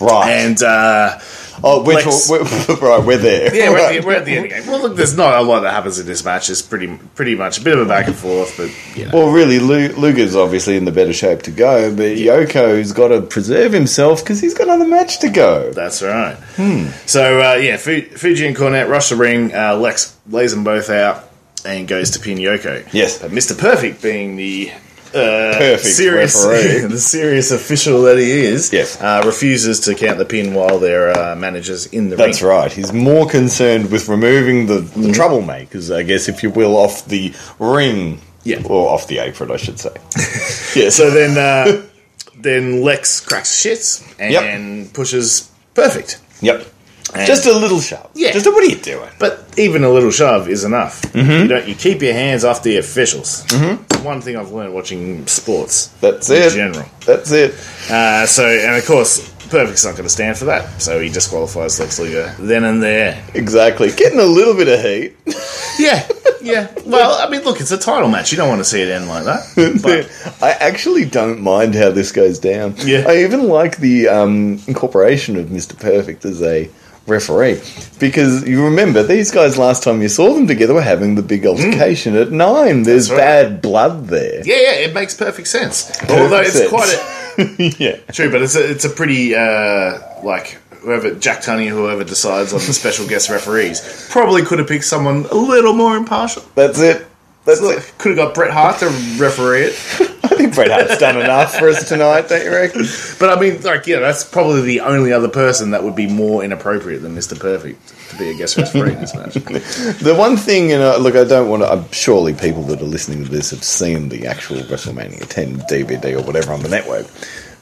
Speaker 1: Right.
Speaker 2: and uh,
Speaker 1: oh, we're,
Speaker 2: Lex-
Speaker 1: talk- we're- right, we're there.
Speaker 2: yeah, we're at,
Speaker 1: Right.
Speaker 2: the, we're at the end game. Well, look, there's not a lot that happens in this match. It's pretty pretty much a bit of a back and forth, but you know.
Speaker 1: Well, really, Lu- Luger's obviously in the better shape to go, but Yoko's got to preserve himself because he's got another match to go.
Speaker 2: That's right.
Speaker 1: Hmm.
Speaker 2: So uh, yeah, Fu- Fuji and Cornet rush the ring. Uh, Lex lays them both out and goes to pin Yoko.
Speaker 1: Yes.
Speaker 2: but Mr. Perfect being the uh,
Speaker 1: Perfect
Speaker 2: serious,
Speaker 1: referee.
Speaker 2: the serious official that he is,
Speaker 1: Yes.
Speaker 2: uh, refuses to count the pin while their uh, managers in the
Speaker 1: That's
Speaker 2: ring.
Speaker 1: right. He's more concerned with removing the, the
Speaker 2: Mm-hmm.
Speaker 1: troublemakers, I guess, if you will, off the ring.
Speaker 2: Yeah.
Speaker 1: Or off the apron, I should say. yes.
Speaker 2: So then, uh, then Lex cracks shits
Speaker 1: Yep.
Speaker 2: and pushes Perfect.
Speaker 1: Yep.
Speaker 2: And-
Speaker 1: Just a little sharp.
Speaker 2: Yeah.
Speaker 1: Just a, what are you doing?
Speaker 2: But even a little shove is enough.
Speaker 1: Mm-hmm.
Speaker 2: You don't. You keep your hands off the officials. Mm-hmm. One thing I've learned watching sports.
Speaker 1: That's
Speaker 2: in
Speaker 1: it.
Speaker 2: general.
Speaker 1: That's it.
Speaker 2: Uh, so, and of course, Perfect's not going to stand for that. So he disqualifies Lex Luger then and there.
Speaker 1: Exactly. Getting a little bit of heat.
Speaker 2: Yeah, yeah. Well, I mean, look, it's a title match. You don't want to see it end like that. But
Speaker 1: I actually don't mind how this goes down.
Speaker 2: Yeah.
Speaker 1: I even like the um, incorporation of Mr. Perfect as a referee because you remember these guys last time you saw them together were having the big altercation at nine. There's
Speaker 2: Hmm. That's right.
Speaker 1: bad blood there.
Speaker 2: yeah, yeah, it makes perfect sense. Although it's
Speaker 1: sense.
Speaker 2: quite a,
Speaker 1: yeah.
Speaker 2: true, but it's a, it's a pretty uh, like whoever Jack Tunney, whoever decides on the special guest referees, probably could have picked someone a little more impartial.
Speaker 1: That's it. That's it.
Speaker 2: Could have got Bret Hart to referee it.
Speaker 1: I think Bret Hart's done enough for us tonight, don't you reckon?
Speaker 2: But I mean, like, yeah, that's probably the only other person that would be more inappropriate than Mr. Perfect to be a guest referee in this match.
Speaker 1: The one thing, and uh, look, I don't want to. I'm surely people that are listening to this have seen the actual WrestleMania 10 DVD or whatever on the network.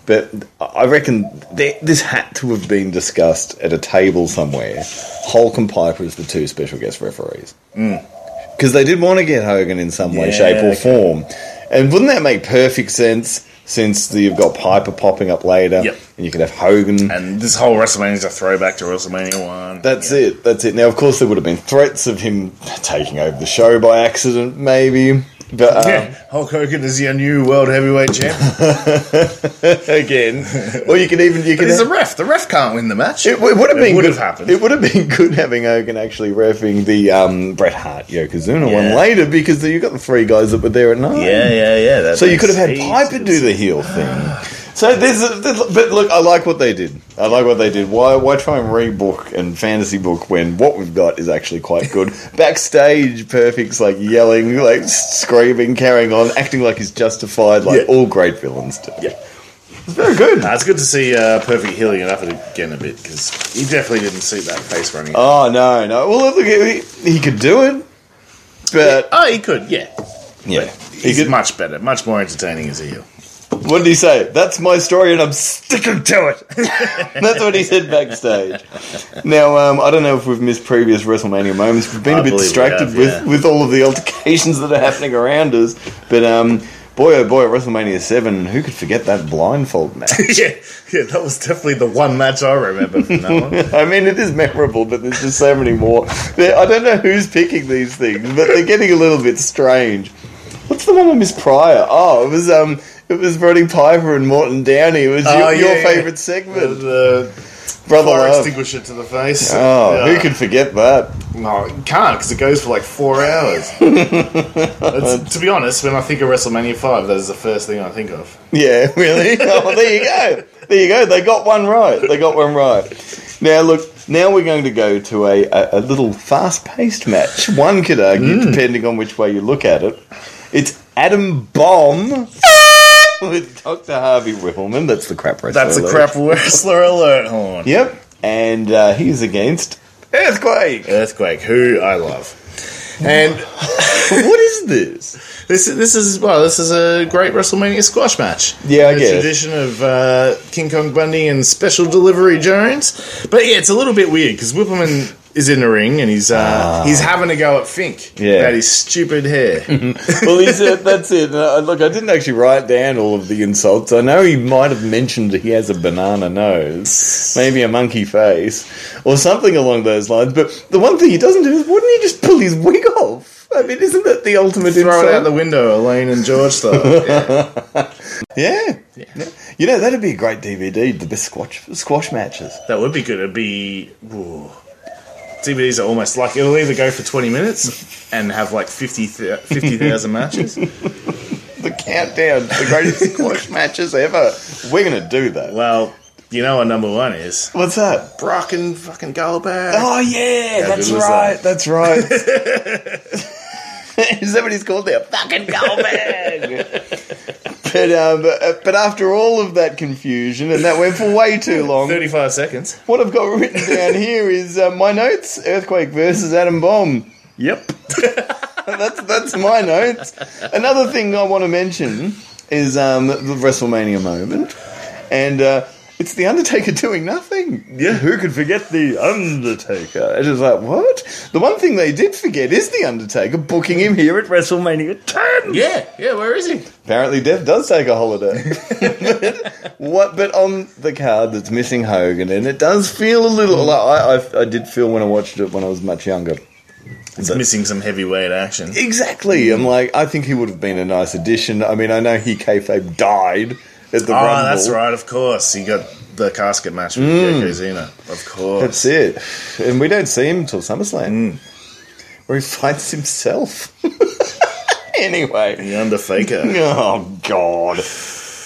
Speaker 1: But I reckon th- this had to have been discussed at a table somewhere. Hulk and Piper as the two special guest referees. Because they did want to get Hogan in some way,
Speaker 2: Mm. Yeah,
Speaker 1: shape, or
Speaker 2: okay.
Speaker 1: form. And wouldn't that make perfect sense since the, you've got Piper popping up later
Speaker 2: Yep.
Speaker 1: and you could have Hogan?
Speaker 2: And this whole WrestleMania is a throwback to WrestleMania One.
Speaker 1: That's
Speaker 2: Yeah.
Speaker 1: it. That's it. Now, of course, there would have been threats of him taking over the show by accident, maybe. But uh,
Speaker 2: Yeah, Hulk Hogan is your new world heavyweight champion.
Speaker 1: again, or you can even you
Speaker 2: But
Speaker 1: can.
Speaker 2: he's a ref. The ref can't win the match.
Speaker 1: it would have been
Speaker 2: would
Speaker 1: good,
Speaker 2: have happened.
Speaker 1: It would have been good having Hogan actually refing the um, Bret Hart Yokozuna one
Speaker 2: Yeah.
Speaker 1: later because you got the three guys that were there at night.
Speaker 2: yeah, yeah, yeah.
Speaker 1: So you could have had Piper do the heel thing. So there's, a, there's, but look, I like what they did. I like what they did. Why, why try and rebook and fantasy book when what we've got is actually quite good? Backstage, perfect's like yelling, like screaming, carrying on, acting like he's justified, like
Speaker 2: Yeah.
Speaker 1: all great villains do.
Speaker 2: Yeah.
Speaker 1: it's very good.
Speaker 2: Nah, it's good to see uh, Perfect healing it up again a bit because he definitely didn't see that face running.
Speaker 1: Oh no, no. Well, look, he, he could do it, but
Speaker 2: oh, he could, yeah.
Speaker 1: yeah, he
Speaker 2: He's
Speaker 1: could.
Speaker 2: much better, much more entertaining as a heel.
Speaker 1: What did he say? That's my story, and I'm sticking to it. That's what he said backstage. Now, um, I don't know if we've missed previous WrestleMania moments. We've been
Speaker 2: I
Speaker 1: a bit
Speaker 2: believe we
Speaker 1: distracted
Speaker 2: have,
Speaker 1: with,
Speaker 2: yeah.
Speaker 1: with all of the altercations that are happening around us, but um, boy, oh boy, at WrestleMania Seven, who could forget that blindfold match?
Speaker 2: yeah, yeah, that was definitely the one match I remember from that one.
Speaker 1: I mean, it is memorable, but there's just so many more. There- I don't know who's picking these things, but they're getting a little bit strange. What's the one I missed prior? Oh, it was um, it was Roddy Piper and Morton Downey. It was
Speaker 2: Oh,
Speaker 1: your, your
Speaker 2: yeah, yeah.
Speaker 1: favourite
Speaker 2: The,
Speaker 1: segment,
Speaker 2: the
Speaker 1: brother.
Speaker 2: uh, fire
Speaker 1: Love.
Speaker 2: extinguisher to the face.
Speaker 1: uh, Oh,
Speaker 2: Yeah.
Speaker 1: who could forget that?
Speaker 2: No, it can't because it goes for like four hours. It's- to be honest, when I think of WrestleMania Five, that is the first thing I think of.
Speaker 1: Yeah, really. oh, well, there you go. There you go. They got one right. They got one right. Now look. Now we're going to go to a, a, a little fast-paced match. One could argue, depending on which way you look at it, it's Adam Bomb with Dr. Harvey Whippleman. That's the crap wrestler.
Speaker 2: That's a
Speaker 1: alert.
Speaker 2: crap wrestler alert horn.
Speaker 1: Yep. And uh, he's against Earthquake.
Speaker 2: Earthquake, who I love, and
Speaker 1: what is this?
Speaker 2: this this is well, this is a great WrestleMania squash match.
Speaker 1: Yeah, I
Speaker 2: the
Speaker 1: guess.
Speaker 2: tradition of uh, King Kong Bundy and Special Delivery Jones, but yeah, it's a little bit weird because Whippleman is in the ring and he's uh, he's having a go at Fink
Speaker 1: Ah. Yeah.
Speaker 2: about his stupid hair.
Speaker 1: well, he said that's it. Uh, look, I didn't actually write down all of the insults. I know he might have mentioned he has a banana nose, maybe a monkey face, or something along those lines. But the one thing he doesn't do is wouldn't he just pull his wig off? I mean, isn't that the ultimate
Speaker 2: Throw
Speaker 1: insult?
Speaker 2: it out the window, Elaine and George style.
Speaker 1: yeah. yeah. You know, that'd be a great DVD, the best squash, squash matches.
Speaker 2: That would be good. It'd be. Ooh. DVDs are almost like it'll either go for 20 minutes and have like 50,000 matches.
Speaker 1: The countdown, the greatest squash matches ever. We're going to do that.
Speaker 2: Well, you know what number one is?
Speaker 1: What's that?
Speaker 2: Brock and fucking Goldberg.
Speaker 1: Oh yeah, that's
Speaker 2: good was
Speaker 1: right. That's right. Is that what he's called there? Fucking Goldberg. but um, uh, but after all of that confusion and that went for way too long,
Speaker 2: 35 seconds.
Speaker 1: what I've got written down here is uh, my notes: Earthquake versus Atom Bomb.
Speaker 2: Yep.
Speaker 1: That's that's my notes. Another thing I want to mention is um, the WrestleMania moment, and. Uh, it's the Undertaker doing nothing.
Speaker 2: Yeah.
Speaker 1: who could forget the Undertaker? It is like what? The one thing they did forget is the Undertaker booking him here at WrestleMania ten.
Speaker 2: Yeah, yeah, where is he?
Speaker 1: Apparently, Death does take a holiday. but, what? But on the card that's missing Hogan, and it does feel a little. Like, I, I I did feel when I watched it when I was much younger.
Speaker 2: He's missing some heavyweight action.
Speaker 1: Exactly. I'm like, I think he would have been a nice addition. I mean, I know he kayfabe died at the
Speaker 2: Oh,
Speaker 1: Rumble.
Speaker 2: that's right, of course. He got the casket match with Yokozuna. Of
Speaker 1: That's
Speaker 2: course.
Speaker 1: it. And we don't see him till SummerSlam,
Speaker 2: Hmm.
Speaker 1: where he fights himself. anyway.
Speaker 2: The Underfaker.
Speaker 1: Oh, God.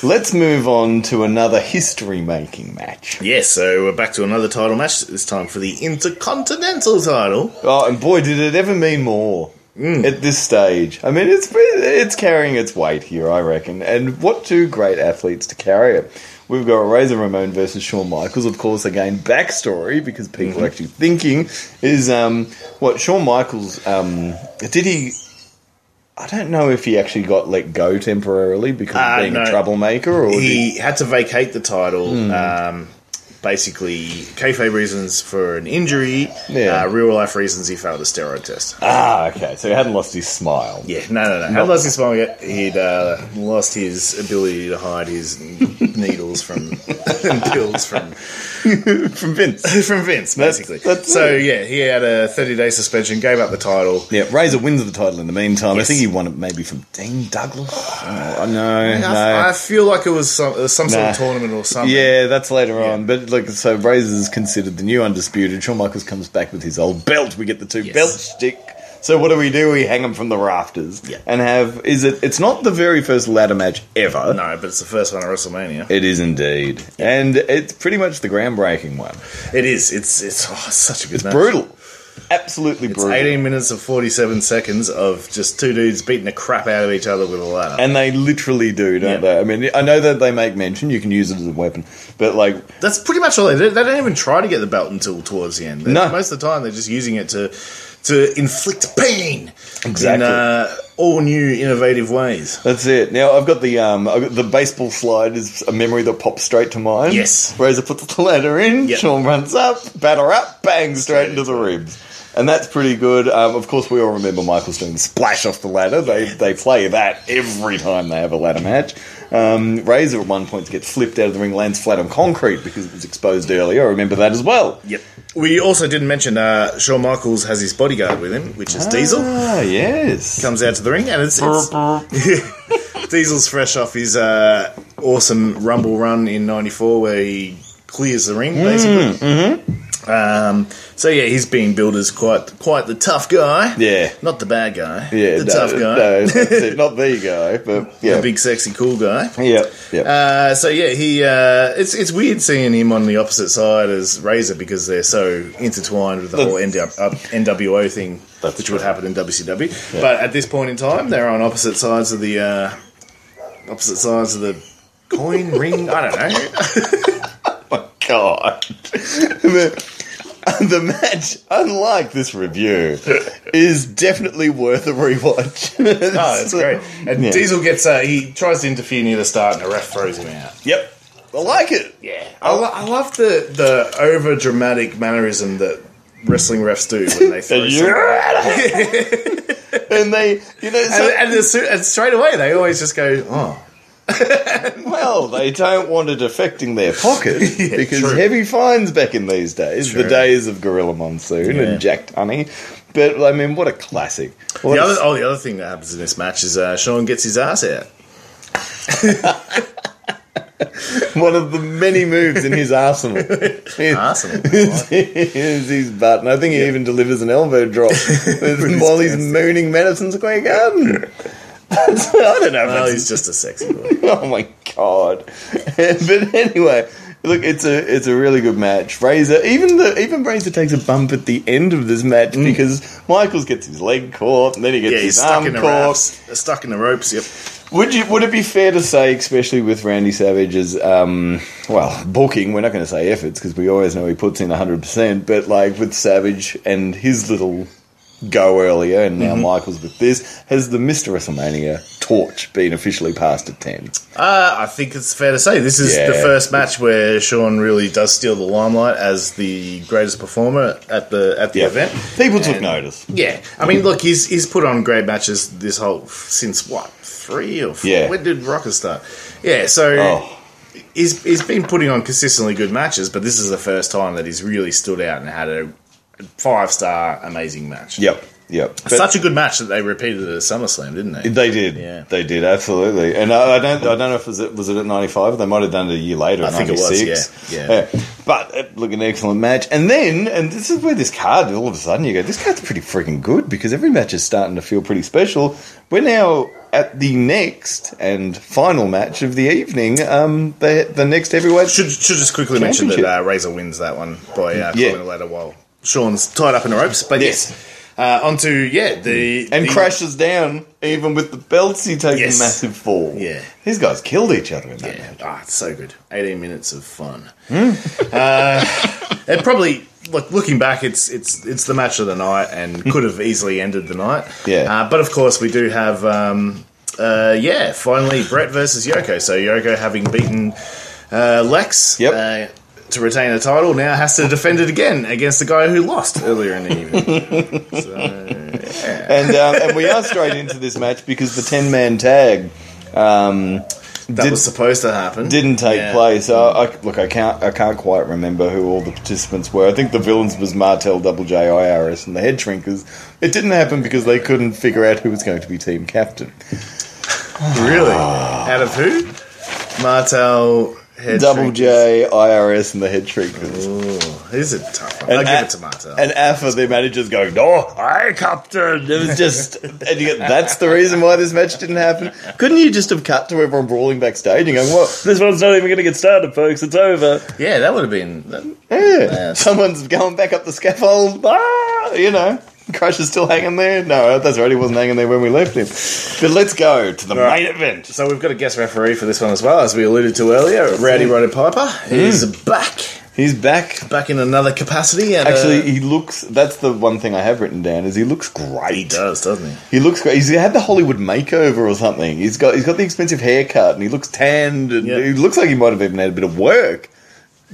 Speaker 1: Let's move on to another history making match.
Speaker 2: Yeah, so we're back to another title match, this time for the Intercontinental title.
Speaker 1: Oh, and boy, did it ever mean more
Speaker 2: Mm.
Speaker 1: at this stage. I mean, it's it's carrying its weight here, I reckon. And what two great athletes to carry it. We've got Razor Ramon versus Shawn Michaels, of course. Again, backstory because
Speaker 2: Mm-hmm.
Speaker 1: people are actually thinking is um, what Shawn Michaels um, did he. I don't know if he actually got let go temporarily because
Speaker 2: Uh,
Speaker 1: of being
Speaker 2: no.
Speaker 1: a troublemaker, or did Hmm. he,
Speaker 2: he had to vacate the title. Um, basically, kayfabe reasons for an injury.
Speaker 1: Yeah.
Speaker 2: Uh, real life reasons he failed a steroid test.
Speaker 1: ah, okay, so he hadn't lost his smile.
Speaker 2: yeah, no, no, no. Had lost his smile. yet. He'd uh, lost his ability to hide his needles from and pills from
Speaker 1: From Vince,
Speaker 2: from Vince, basically.
Speaker 1: that's
Speaker 2: so yeah, he had a thirty day suspension, gave up the title.
Speaker 1: Yeah, Razor wins the title in the meantime.
Speaker 2: Yes.
Speaker 1: I think he won it maybe from Dean Douglas. Oh, no,
Speaker 2: I, I
Speaker 1: no.
Speaker 2: feel like it was some, it was some sort
Speaker 1: Nah.
Speaker 2: of tournament or something.
Speaker 1: Yeah, that's later on. But look, so Razor's considered the new undisputed. Shawn Michaels comes back with his old belt. We get the two
Speaker 2: Yes.
Speaker 1: belt stick So what do we do? We hang them from the rafters
Speaker 2: Yeah.
Speaker 1: and have is it? It's not the very first ladder match ever.
Speaker 2: No, but it's the first one at WrestleMania.
Speaker 1: It is indeed, and it's pretty much the groundbreaking one.
Speaker 2: It is. It's it's, oh, it's such a good.
Speaker 1: It's
Speaker 2: match.
Speaker 1: brutal, absolutely
Speaker 2: It's
Speaker 1: brutal.
Speaker 2: 18 minutes and 47 seconds of just two dudes beating the crap out of each other with a ladder.
Speaker 1: And they literally do, don't
Speaker 2: Yeah.
Speaker 1: they? I mean, I know that they make mention you can use it as a weapon, but like,
Speaker 2: That's pretty much all they do. They don't even try to get the belt until towards the end. They-
Speaker 1: No.
Speaker 2: Most of the time, they're just using it to to inflict pain in
Speaker 1: Exactly.
Speaker 2: uh, all new innovative ways.
Speaker 1: that's it. Now I've got the um, I've got the baseball slide is a memory that pops straight to mind.
Speaker 2: Yes.
Speaker 1: Razor puts the ladder in,
Speaker 2: Yep.
Speaker 1: Sean runs up, batter up, bang, straight into the ribs. And that's pretty good. Um, of course, we all remember Michael Stone splash off the ladder. They they play that every time they have a ladder match. Um, Razor at one point gets flipped out of the ring, lands flat on concrete because it was exposed earlier. I remember that as well.
Speaker 2: Yep. We also didn't mention uh, Shawn Michaels has his bodyguard with him, which is Diesel.
Speaker 1: Ah, yes.
Speaker 2: Comes out to the ring, and it's, it's Diesel's fresh off his uh, awesome Rumble run in '94, where he clears the ring
Speaker 1: Mm,
Speaker 2: basically.
Speaker 1: mm-hmm.
Speaker 2: Um, so yeah, he's being billed as quite quite the tough guy.
Speaker 1: Yeah.
Speaker 2: Not the bad guy.
Speaker 1: Yeah,
Speaker 2: the
Speaker 1: no,
Speaker 2: tough guy.
Speaker 1: No, that's it. not the guy, but yeah,
Speaker 2: The big sexy cool guy.
Speaker 1: yeah, yeah.
Speaker 2: Uh, so yeah, he uh, it's it's weird seeing him on the opposite side as Razor because they're so intertwined with the,
Speaker 1: The-
Speaker 2: whole NW, uh, NWO thing,
Speaker 1: That's
Speaker 2: which would happen in WCW. But at this point in time, they're on opposite sides of the uh, opposite sides of the coin ring. I don't know.
Speaker 1: my god. the, the match, unlike this review, is definitely worth a rewatch.
Speaker 2: Oh, it's great. And
Speaker 1: Yeah.
Speaker 2: Diesel gets uh, he tries to interfere near the start, and the ref throws him out.
Speaker 1: Yep, I like it.
Speaker 2: Yeah, I, lo- I love the the over dramatic mannerism that wrestling refs do when they throw. someone-
Speaker 1: and they, you know, so,
Speaker 2: and, and, as soo- and straight away they always just go, oh,
Speaker 1: well, they don't want it affecting their pocket
Speaker 2: Yeah,
Speaker 1: because
Speaker 2: true.
Speaker 1: heavy fines back in these days, the
Speaker 2: True.
Speaker 1: days of Gorilla Monsoon
Speaker 2: Yeah.
Speaker 1: and Jack Tunney. But I mean, what a classic! What
Speaker 2: The
Speaker 1: a
Speaker 2: other, oh, the other thing that happens in this match is uh, Sean gets his ass out.
Speaker 1: one of the many moves in his arsenal. His,
Speaker 2: Arsenal.
Speaker 1: is, is his butt, and I think he even delivers an elbow drop with- while he's mooning Madison Square Garden. That's- I don't know. if
Speaker 2: Well,
Speaker 1: that's-
Speaker 2: he's just a sexy boy.
Speaker 1: oh my god! but anyway. Look, it's a it's a really good match. Razor, even the even Razor takes a bump at the end of this match because Michaels gets his leg caught, and then he gets
Speaker 2: Mm. Yeah, he's
Speaker 1: his
Speaker 2: stuck in
Speaker 1: arm
Speaker 2: the
Speaker 1: caught.
Speaker 2: ropes. Stuck in the ropes. Yep.
Speaker 1: Would you? Would it be fair to say, especially with Randy Savage's, um, well, booking? We're not going to say efforts because we always know he puts in hundred percent. But like with Savage and his little go earlier, and now Michaels with this, has the Mister WrestleMania torch been officially passed at ten?
Speaker 2: Uh, I think it's fair to say this is the
Speaker 1: Yeah.
Speaker 2: first match where Sean really does steal the limelight as the greatest performer at the at the event.
Speaker 1: people took
Speaker 2: And-
Speaker 1: notice.
Speaker 2: Yeah, I mean, look, he's he's put on great matches this whole since what three or four?
Speaker 1: Yeah.
Speaker 2: When did Rocker start? Yeah, so
Speaker 1: Oh.
Speaker 2: he's he's been putting on consistently good matches, but this is the first time that he's really stood out and had a five star amazing match.
Speaker 1: Yep, yep. But-
Speaker 2: such a good match that they repeated it at SummerSlam, didn't they?
Speaker 1: They did.
Speaker 2: Yeah.
Speaker 1: They did absolutely. And I, I don't. I don't know if it was it was it at ninety five. They might have done it a year later.
Speaker 2: I
Speaker 1: at
Speaker 2: think it was,
Speaker 1: 96.
Speaker 2: yeah, yeah.
Speaker 1: But uh, look, an excellent match. And then, and this is where this card all of a sudden you go, this card's pretty freaking good because every match is starting to feel pretty special. We're now at the next and final match of the evening. Um, the the next heavyweight.
Speaker 2: Should should just quickly mention that
Speaker 1: Championship.
Speaker 2: uh, Razor wins that one by uh,
Speaker 1: Yeah.
Speaker 2: yeah. a ladder while Sean's tied up in the ropes. But
Speaker 1: Yes.
Speaker 2: yes, uh, onto yeah the
Speaker 1: and
Speaker 2: the-
Speaker 1: crashes down, even with the belts. He takes
Speaker 2: Yes.
Speaker 1: a massive fall.
Speaker 2: Yeah.
Speaker 1: these guys killed each other in that
Speaker 2: Yeah,
Speaker 1: match.
Speaker 2: ah, it's so good. 18 minutes of fun. Hmm? uh, and probably, look, looking back, it's it's it's the match of the night and could have easily ended the night.
Speaker 1: Hmm. Yeah.
Speaker 2: Uh, but of course, we do have, um, uh, yeah, finally Brett versus Yoko. So Yoko, having beaten uh, Lex
Speaker 1: Yep.
Speaker 2: uh, to retain the title, now has to defend it again against the guy who lost earlier in the evening. so,
Speaker 1: and um, and we are straight into this match because the ten man tag um,
Speaker 2: that
Speaker 1: Did-
Speaker 2: was supposed to happen.
Speaker 1: didn't take
Speaker 2: Yeah.
Speaker 1: place. I, I, look, I can't I can't quite remember who all the participants were. I think the villains was Martel, Double J, IRS, and the Head Shrinkers. It didn't happen because they couldn't figure out who was going to be team captain. Ah.
Speaker 2: Really? Out of who? Martel, Head
Speaker 1: Double
Speaker 2: shrinkers.
Speaker 1: J,
Speaker 2: Mm.
Speaker 1: IRS, and the head shrinkers.
Speaker 2: Ooh, he's a tough one.
Speaker 1: And
Speaker 2: I'll
Speaker 1: a-
Speaker 2: give it to Marta.
Speaker 1: And Alpha, the manager's going, "No, I captain." It was just, and you go, that's the reason why this match didn't happen. Couldn't you just have cut to everyone brawling backstage and going, "Well, this one's not even going to get started, folks. It's over."
Speaker 2: yeah, that would have been. that-
Speaker 1: Yeah.
Speaker 2: Yes.
Speaker 1: Someone's going back up the scaffold. Ah, you know, Crush is still hanging there. No, that's right. He wasn't hanging there when we left him. But let's go to the
Speaker 2: Right.
Speaker 1: main event.
Speaker 2: So we've got a guest referee for this one as well, as we alluded to earlier. Rowdy Roddy Piper
Speaker 1: Hmm.
Speaker 2: is back,
Speaker 1: He's back.
Speaker 2: back in another capacity. And, uh,
Speaker 1: Actually, he looks. That's the one thing I have written down is he looks great.
Speaker 2: he does, doesn't he?
Speaker 1: He looks great. He's had the Hollywood makeover or something. He's got he's got the expensive haircut and he looks tanned and
Speaker 2: Yeah.
Speaker 1: he looks like he might have even had a bit of work.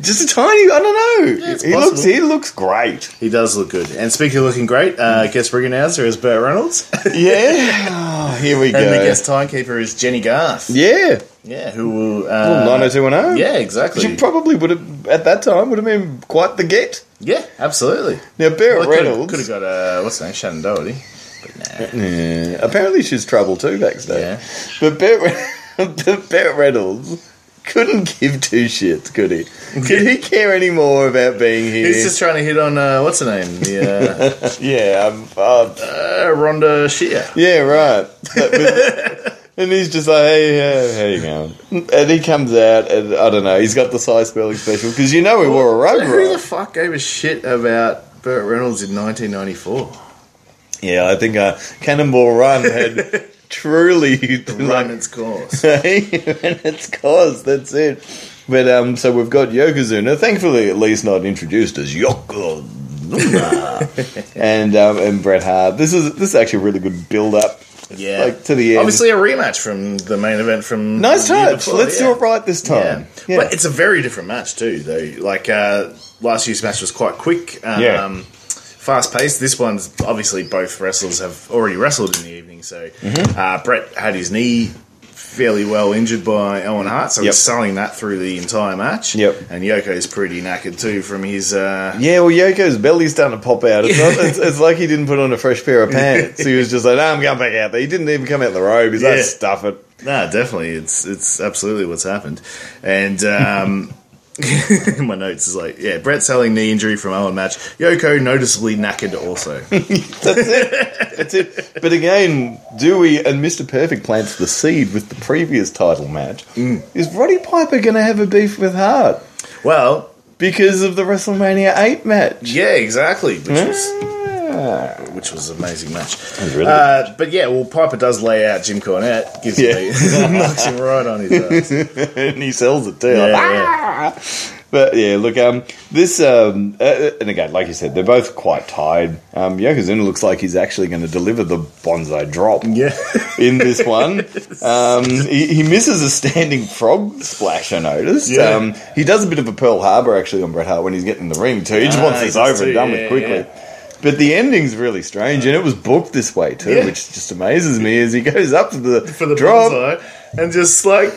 Speaker 1: Just a tiny, I don't know.
Speaker 2: Yeah, it's
Speaker 1: he
Speaker 2: possible.
Speaker 1: looks he looks great.
Speaker 2: He does look good. And speaking of looking great, uh,
Speaker 1: Hmm.
Speaker 2: guest ring announcer is Burt Reynolds, and
Speaker 1: Yeah. Oh, here we go.
Speaker 2: the guest timekeeper is Jenny Garth.
Speaker 1: yeah. oh
Speaker 2: Yeah, who will.
Speaker 1: Well,
Speaker 2: Uh,
Speaker 1: 90210.
Speaker 2: yeah, exactly.
Speaker 1: She probably would have at that time would have been quite the get.
Speaker 2: yeah, absolutely.
Speaker 1: Now Barrett
Speaker 2: Could
Speaker 1: Reynolds
Speaker 2: have got uh, what's her name, Shannon Doherty. But nah.
Speaker 1: Yeah, apparently she's trouble too backstage.
Speaker 2: Yeah.
Speaker 1: But Bert, but Bert Reynolds couldn't give two shits, could he? Did he care any more about being here?
Speaker 2: He's just trying to hit on uh, what's her name, the
Speaker 1: yeah, um, uh,
Speaker 2: uh, uh, Rhonda Shear.
Speaker 1: yeah, right. But with- and he's just like, hey, uh, how you going? And he comes out, and I don't know, he's got the size spelling special because you know he wore a rug
Speaker 2: Who the
Speaker 1: roll.
Speaker 2: fuck gave a shit about Burt Reynolds in 1994?
Speaker 1: Yeah, I think uh, Cannonball Run had truly like,
Speaker 2: Run its course.
Speaker 1: say, and it's cause that's it. But um, so we've got Yokozuna, thankfully at least not introduced as Yokozuna, and um, and Bret Hart. This is this is actually a really good build up,
Speaker 2: Yeah.
Speaker 1: like to the end.
Speaker 2: Obviously, a rematch from the main event from.
Speaker 1: nice
Speaker 2: the year
Speaker 1: touch.
Speaker 2: before,
Speaker 1: Let's do it right this
Speaker 2: Yeah.
Speaker 1: time. Yeah,
Speaker 2: But it's a very different match, too, though. Like, uh, last year's match was quite quick. Um,
Speaker 1: Yeah.
Speaker 2: Fast paced. This one's obviously both wrestlers have already wrestled in the evening. So
Speaker 1: Mm-hmm.
Speaker 2: uh, Brett had his knee fairly well injured by Owen Hart, so
Speaker 1: Yep.
Speaker 2: he's selling that through the entire match.
Speaker 1: Yep.
Speaker 2: And Yoko's pretty knackered too from his uh,
Speaker 1: yeah. Well, Yoko's belly's starting to pop out. It's, not, it's, it's like he didn't put on a fresh pair of pants. he was just like, no, I'm going back out there. He didn't even come out the robe. He's
Speaker 2: Yeah.
Speaker 1: like, stuff it.
Speaker 2: No, definitely, it's it's absolutely what's happened, and um, my notes is like, yeah, Brett selling knee injury from Owen match. Yoko noticeably knackered also.
Speaker 1: That's it. That's it. But again, Dewey and Mr. Perfect plants the seed with the previous title match.
Speaker 2: Mm.
Speaker 1: Is Roddy Piper going to have a beef with Hart
Speaker 2: well,
Speaker 1: because of the WrestleMania 8 match?
Speaker 2: yeah, exactly, which was
Speaker 1: Ah.
Speaker 2: which was an amazing match.
Speaker 1: really
Speaker 2: uh, but yeah, well, Piper does lay out Jim Cornette, gives
Speaker 1: Yeah.
Speaker 2: him a- knocks him right on his uh, ass.
Speaker 1: and he sells it too.
Speaker 2: Yeah,
Speaker 1: Like,
Speaker 2: yeah.
Speaker 1: "Ah!" But yeah, look, um, this, um, uh, uh, and again, like you said, they're both quite tired. Um, Yokozuna looks like he's actually going to deliver the bonsai drop.
Speaker 2: Yeah,
Speaker 1: in this one. Um, he, he misses a standing frog splash, I noticed.
Speaker 2: Yeah.
Speaker 1: Um, he does a bit of a Pearl Harbor actually on Bret Hart when he's getting in the ring too. He just
Speaker 2: Ah,
Speaker 1: wants
Speaker 2: he
Speaker 1: this
Speaker 2: does
Speaker 1: over and
Speaker 2: too,
Speaker 1: done
Speaker 2: yeah,
Speaker 1: with quickly.
Speaker 2: yeah.
Speaker 1: But the ending's really strange, and it was booked this way too,
Speaker 2: Yeah.
Speaker 1: which just amazes me. As he goes up to the,
Speaker 2: for the
Speaker 1: drop,
Speaker 2: bonsai, and just like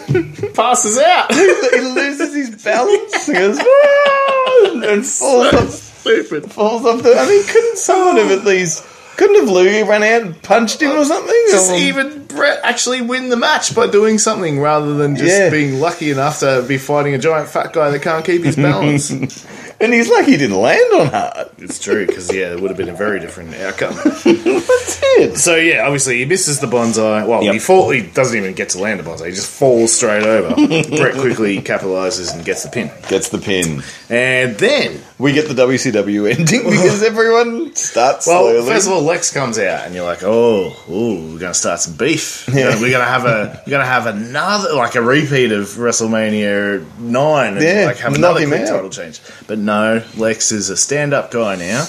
Speaker 2: passes out.
Speaker 1: he loses his balance and goes, "Ah!" and, and falls off
Speaker 2: Stupid.
Speaker 1: falls off the. I mean, couldn't someone have at least couldn't have Lugie run out and punched him or something?
Speaker 2: Oh. Just
Speaker 1: Or-
Speaker 2: even Brett actually win the match by doing something rather than just
Speaker 1: Yeah.
Speaker 2: being lucky enough to be fighting a giant fat guy that can't keep his balance.
Speaker 1: and he's lucky he didn't land on hard.
Speaker 2: it's true because yeah, it would have been a very different outcome.
Speaker 1: That's it.
Speaker 2: so yeah, obviously he misses the bonsai. Well, he
Speaker 1: Yep.
Speaker 2: fall, he doesn't even get to land a bonsai. He just falls straight over. Brett quickly capitalizes and gets the pin,
Speaker 1: gets the pin.
Speaker 2: and then
Speaker 1: We get the WCW ending because everyone starts
Speaker 2: well,
Speaker 1: slowly.
Speaker 2: first of all, Lex comes out, and you're like, oh, ooh, we're gonna start some beef. We're gonna- We're gonna have a we're gonna have another like a repeat of WrestleMania nine, and
Speaker 1: Yeah,
Speaker 2: like have
Speaker 1: knock
Speaker 2: another
Speaker 1: him
Speaker 2: quick
Speaker 1: out.
Speaker 2: title change. But no, Lex is a stand up guy now,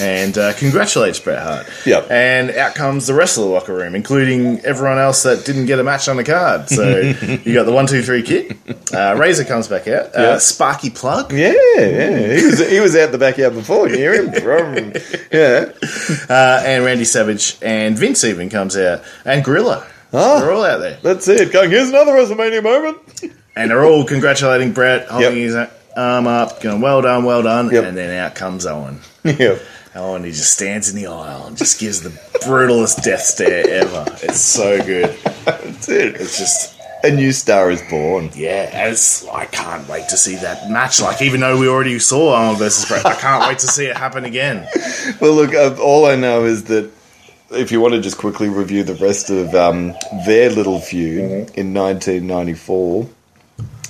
Speaker 2: and uh, congratulates Bret Hart.
Speaker 1: Yep.
Speaker 2: And out comes the rest of the locker room, including everyone else that didn't get a match on the card. So you got the one two three kid. Uh, Razor comes back out. Uh,
Speaker 1: Yeah.
Speaker 2: Sparky Plug.
Speaker 1: yeah, yeah, he was he was out the backyard before. You hear him? Vroom. yeah,
Speaker 2: uh, and Randy Savage and Vince even comes out, and Gorilla.
Speaker 1: Ah.
Speaker 2: They're all out there,
Speaker 1: that's it. Going here's another WrestleMania moment.
Speaker 2: and they're all congratulating Brett, holding
Speaker 1: Yep.
Speaker 2: his arm up, going well done, well done,
Speaker 1: Yep.
Speaker 2: and then out comes Owen.
Speaker 1: yeah,
Speaker 2: Owen, he just stands in the aisle and just gives the brutalest death stare ever. It's so good.
Speaker 1: that's it.
Speaker 2: It's just
Speaker 1: A new star is born.
Speaker 2: Yeah, and it's I can't wait to see that match. Like, even though we already saw Arnold versus Bret, I can't wait to see it happen again.
Speaker 1: Well, look, uh, all I know is that if you want to just quickly review the rest of um, their little feud
Speaker 2: Mm-hmm.
Speaker 1: in 1994,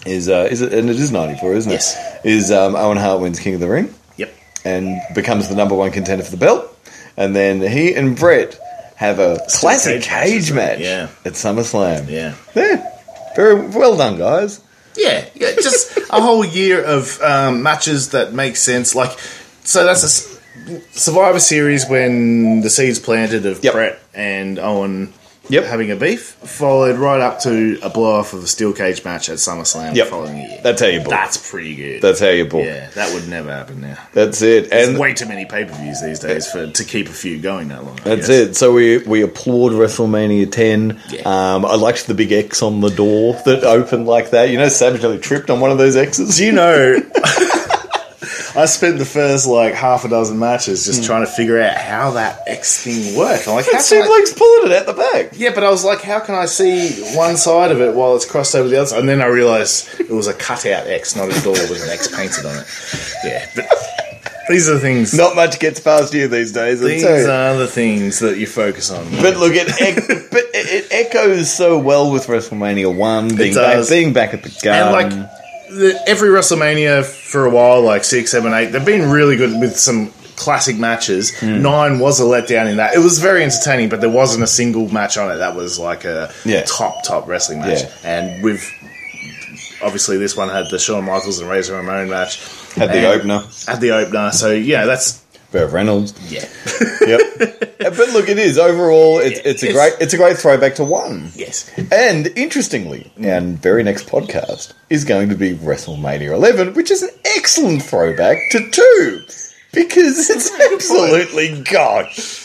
Speaker 1: is uh, is it? And it is 94, isn't it?
Speaker 2: Yes.
Speaker 1: Is um, Owen Hart wins King of the Ring
Speaker 2: Yep.
Speaker 1: and becomes the number one contender for the belt, and then he and Brett have a classic
Speaker 2: cage match,
Speaker 1: cage
Speaker 2: isn't it?
Speaker 1: match
Speaker 2: Yeah.
Speaker 1: at SummerSlam.
Speaker 2: Yeah.
Speaker 1: yeah, very well done, guys.
Speaker 2: Yeah, yeah, just a whole year of um, matches that make sense. Like, so that's a s- Survivor Series when the seeds planted of
Speaker 1: Yep.
Speaker 2: Brett and Owen
Speaker 1: Yep.
Speaker 2: having a beef, followed right up to a blow off of a steel cage match at SummerSlam
Speaker 1: Yep.
Speaker 2: the following year.
Speaker 1: That's how you book.
Speaker 2: That's pretty good.
Speaker 1: That's how you book.
Speaker 2: yeah, that would never happen now.
Speaker 1: That's it.
Speaker 2: There's
Speaker 1: And
Speaker 2: way too many pay per views these days for to keep a few going that long.
Speaker 1: That's it. So we we applaud WrestleMania 10.
Speaker 2: Yeah.
Speaker 1: Um, I liked the big X on the door that opened like that. You know, Savage nearly tripped on one of those X's.
Speaker 2: Do you know? I spent the first like half a dozen matches just trying to figure out how that X thing worked. I'm like, how
Speaker 1: Hmm. It seemed
Speaker 2: can I-
Speaker 1: like he's pulling it out the back.
Speaker 2: yeah, but I was like, how can I see one side of it while it's crossed over the other? Side? And then I realised it was a cutout X, not a door with an X painted on it. Yeah, but these are the things.
Speaker 1: Not much gets past you these days. I'll
Speaker 2: these
Speaker 1: tell you.
Speaker 2: are the things that you focus on.
Speaker 1: But look, it ec- but it it echoes so well with WrestleMania One being back,
Speaker 2: does.
Speaker 1: being back at the
Speaker 2: and
Speaker 1: gun.
Speaker 2: like the, every WrestleMania for a while, like six, seven, eight, they've been really good with some classic matches.
Speaker 1: Hmm.
Speaker 2: Nine was a letdown in that. It was very entertaining, but there wasn't a single match on it that was like a
Speaker 1: Yeah.
Speaker 2: top top wrestling match.
Speaker 1: Yeah.
Speaker 2: And we've obviously this one had the Shawn Michaels and Razor Ramon match
Speaker 1: had the
Speaker 2: and-
Speaker 1: opener,
Speaker 2: Had the opener, so yeah, that's
Speaker 1: Burt Reynolds.
Speaker 2: yeah,
Speaker 1: Yep. but look, it is overall. It's,
Speaker 2: Yeah,
Speaker 1: it's a
Speaker 2: it's-
Speaker 1: great it's a great throwback to one.
Speaker 2: yes.
Speaker 1: And interestingly, our very next podcast is going to be WrestleMania 11, which is an excellent throwback to 2 because it's absolutely gosh.